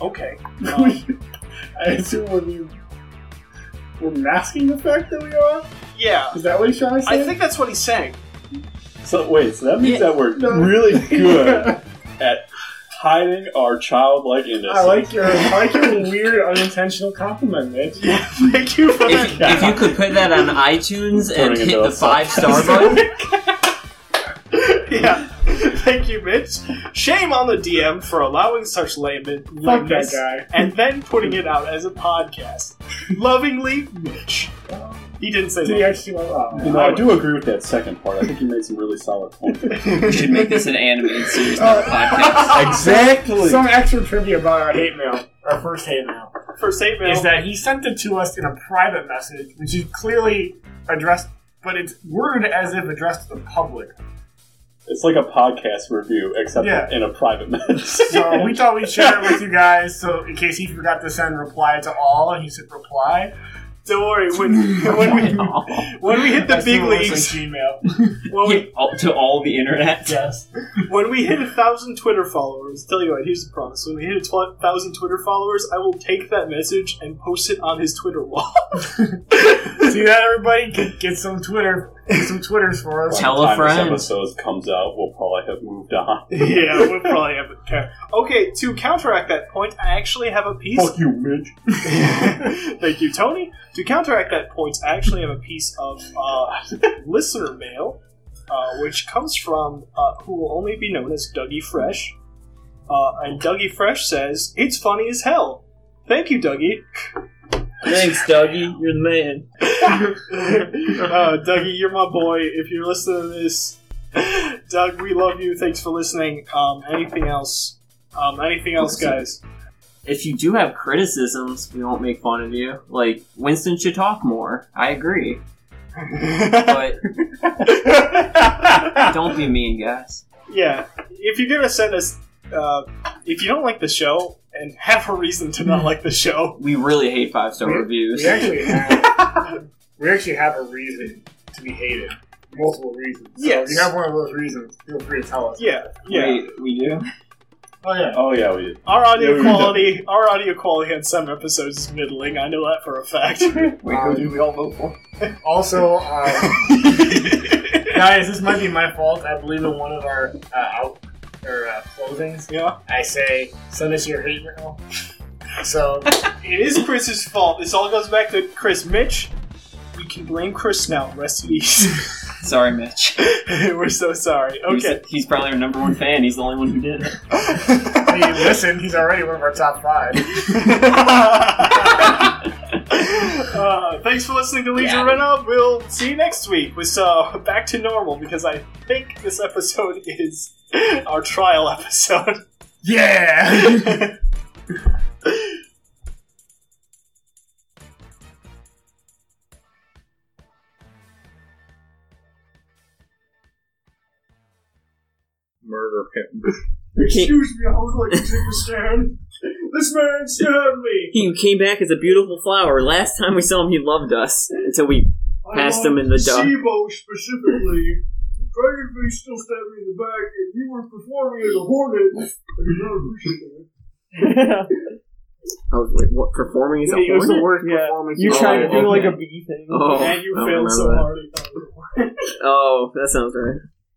Okay. Um,
[laughs]
I assume when you
We're masking the fact that we are?
Yeah.
Is that what he's trying to say?
I think that's what
[laughs]
he's saying.
So wait, so that means that we're
No.
really good at hiding our childlike innocence.
I like your I like your weird unintentional compliment, Mitch.
Thank you for
that.
If you could put that on iTunes and
Turning
hit
into
the
a
five star button,
[laughs] Thank you, Mitch. Shame on the DM for allowing such layman
that
lameness
guy.
and then putting it out as a podcast. Lovingly, Mitch. He didn't say
Did he
that.
actually? Oh,
You know, I do agree with that second part. I think you made some really solid points.
we should make this an animated series,
[laughs]
not a podcast.
Some extra trivia about our hate mail, our first hate mail.
First hate mail.
Is that he sent it to us in a private message, which is clearly addressed, but it's worded as if addressed to the public.
It's like a podcast review, except
Yeah.
in a private [laughs] message.
So we thought we'd share it with you guys, so in case he forgot to send reply to all, and he said reply.
Don't worry, when,
[laughs]
when, [laughs] we, when we hit the big leagues, [laughs]
Gmail.
Well, we-
All- to all the internet.
Yes.
when we hit a thousand Twitter followers, tell you what, here's the promise. When we hit a tw- thousand Twitter followers, I will take that message and post it on his Twitter wall.
[laughs] See that,
[laughs]
everybody? Get, get some Twitter, get some Twitters for us.
By the time This episode comes out, we'll probably have moved on.
[laughs] yeah, we'll probably have a pair. Okay, to counteract that point, I actually have a piece.
Fuck you, Mitch.
[laughs] Thank you, Tony. To counteract that point, I actually have a piece of uh, [laughs] listener mail, uh, which comes from uh, who will only be known as Dougie Fresh. Uh, and Dougie Fresh says, It's funny as hell. Thank you, Dougie.
Thanks, Dougie. You're the man.
[laughs] uh, Dougie, you're my boy. If you're listening to this, Doug, we love you. Thanks for listening. Um, anything else? Um, anything else, guys?
If you do have criticisms, we won't make fun of you. Like Winston should talk more. I agree,
[laughs]
but don't be mean, guys.
Yeah, if you're gonna send us, uh, if you don't like the show and have a reason to not like the show,
We really hate five star reviews.
We actually have [laughs] we actually have a reason to be hated. Multiple reasons. So
Yes.
if you have one of those reasons, feel free to tell us.
yeah, yeah,
we do.
Oh yeah.
Oh yeah, we did.
our audio
Yeah, we-
quality, our audio quality on some episodes is middling. I know that for a fact.
Wait, who
do we all vote for?
Also, um, guys, this might be my fault. I believe in one of our uh, out or uh, closings.
Yeah.
I say send us your hate mail. So
It is Chris's fault. This all goes back to Chris. Mitch, we can blame Chris now. Rest in peace. [laughs]
Sorry, Mitch.
We're so sorry. Okay.
He's, he's probably our number one fan. He's the only one who did it.
I mean, listen, he's already one of our top five.
Uh, thanks for listening to Legion Run Up. We'll see you next week with uh, Back to Normal because I think this episode is our trial episode.
Yeah. [laughs]
Murder him.
Excuse me, I would like to take a stand. This man stabbed me.
He came back as a beautiful flower. Last time we saw him, he loved us until we passed him in the dark.
Uh-huh.
SIBO specifically. Dragonface still stabbed me in the back, and you were performing as
[laughs]
a hornet. I did not appreciate that.
I was like, what, performing as a
It was the
hornet?
worst
Yeah.
performance.
You
of
tried
all
to do
time.
like a bee thing. Oh,
and you
I don't
failed so
remember
hard.
Oh, that sounds right.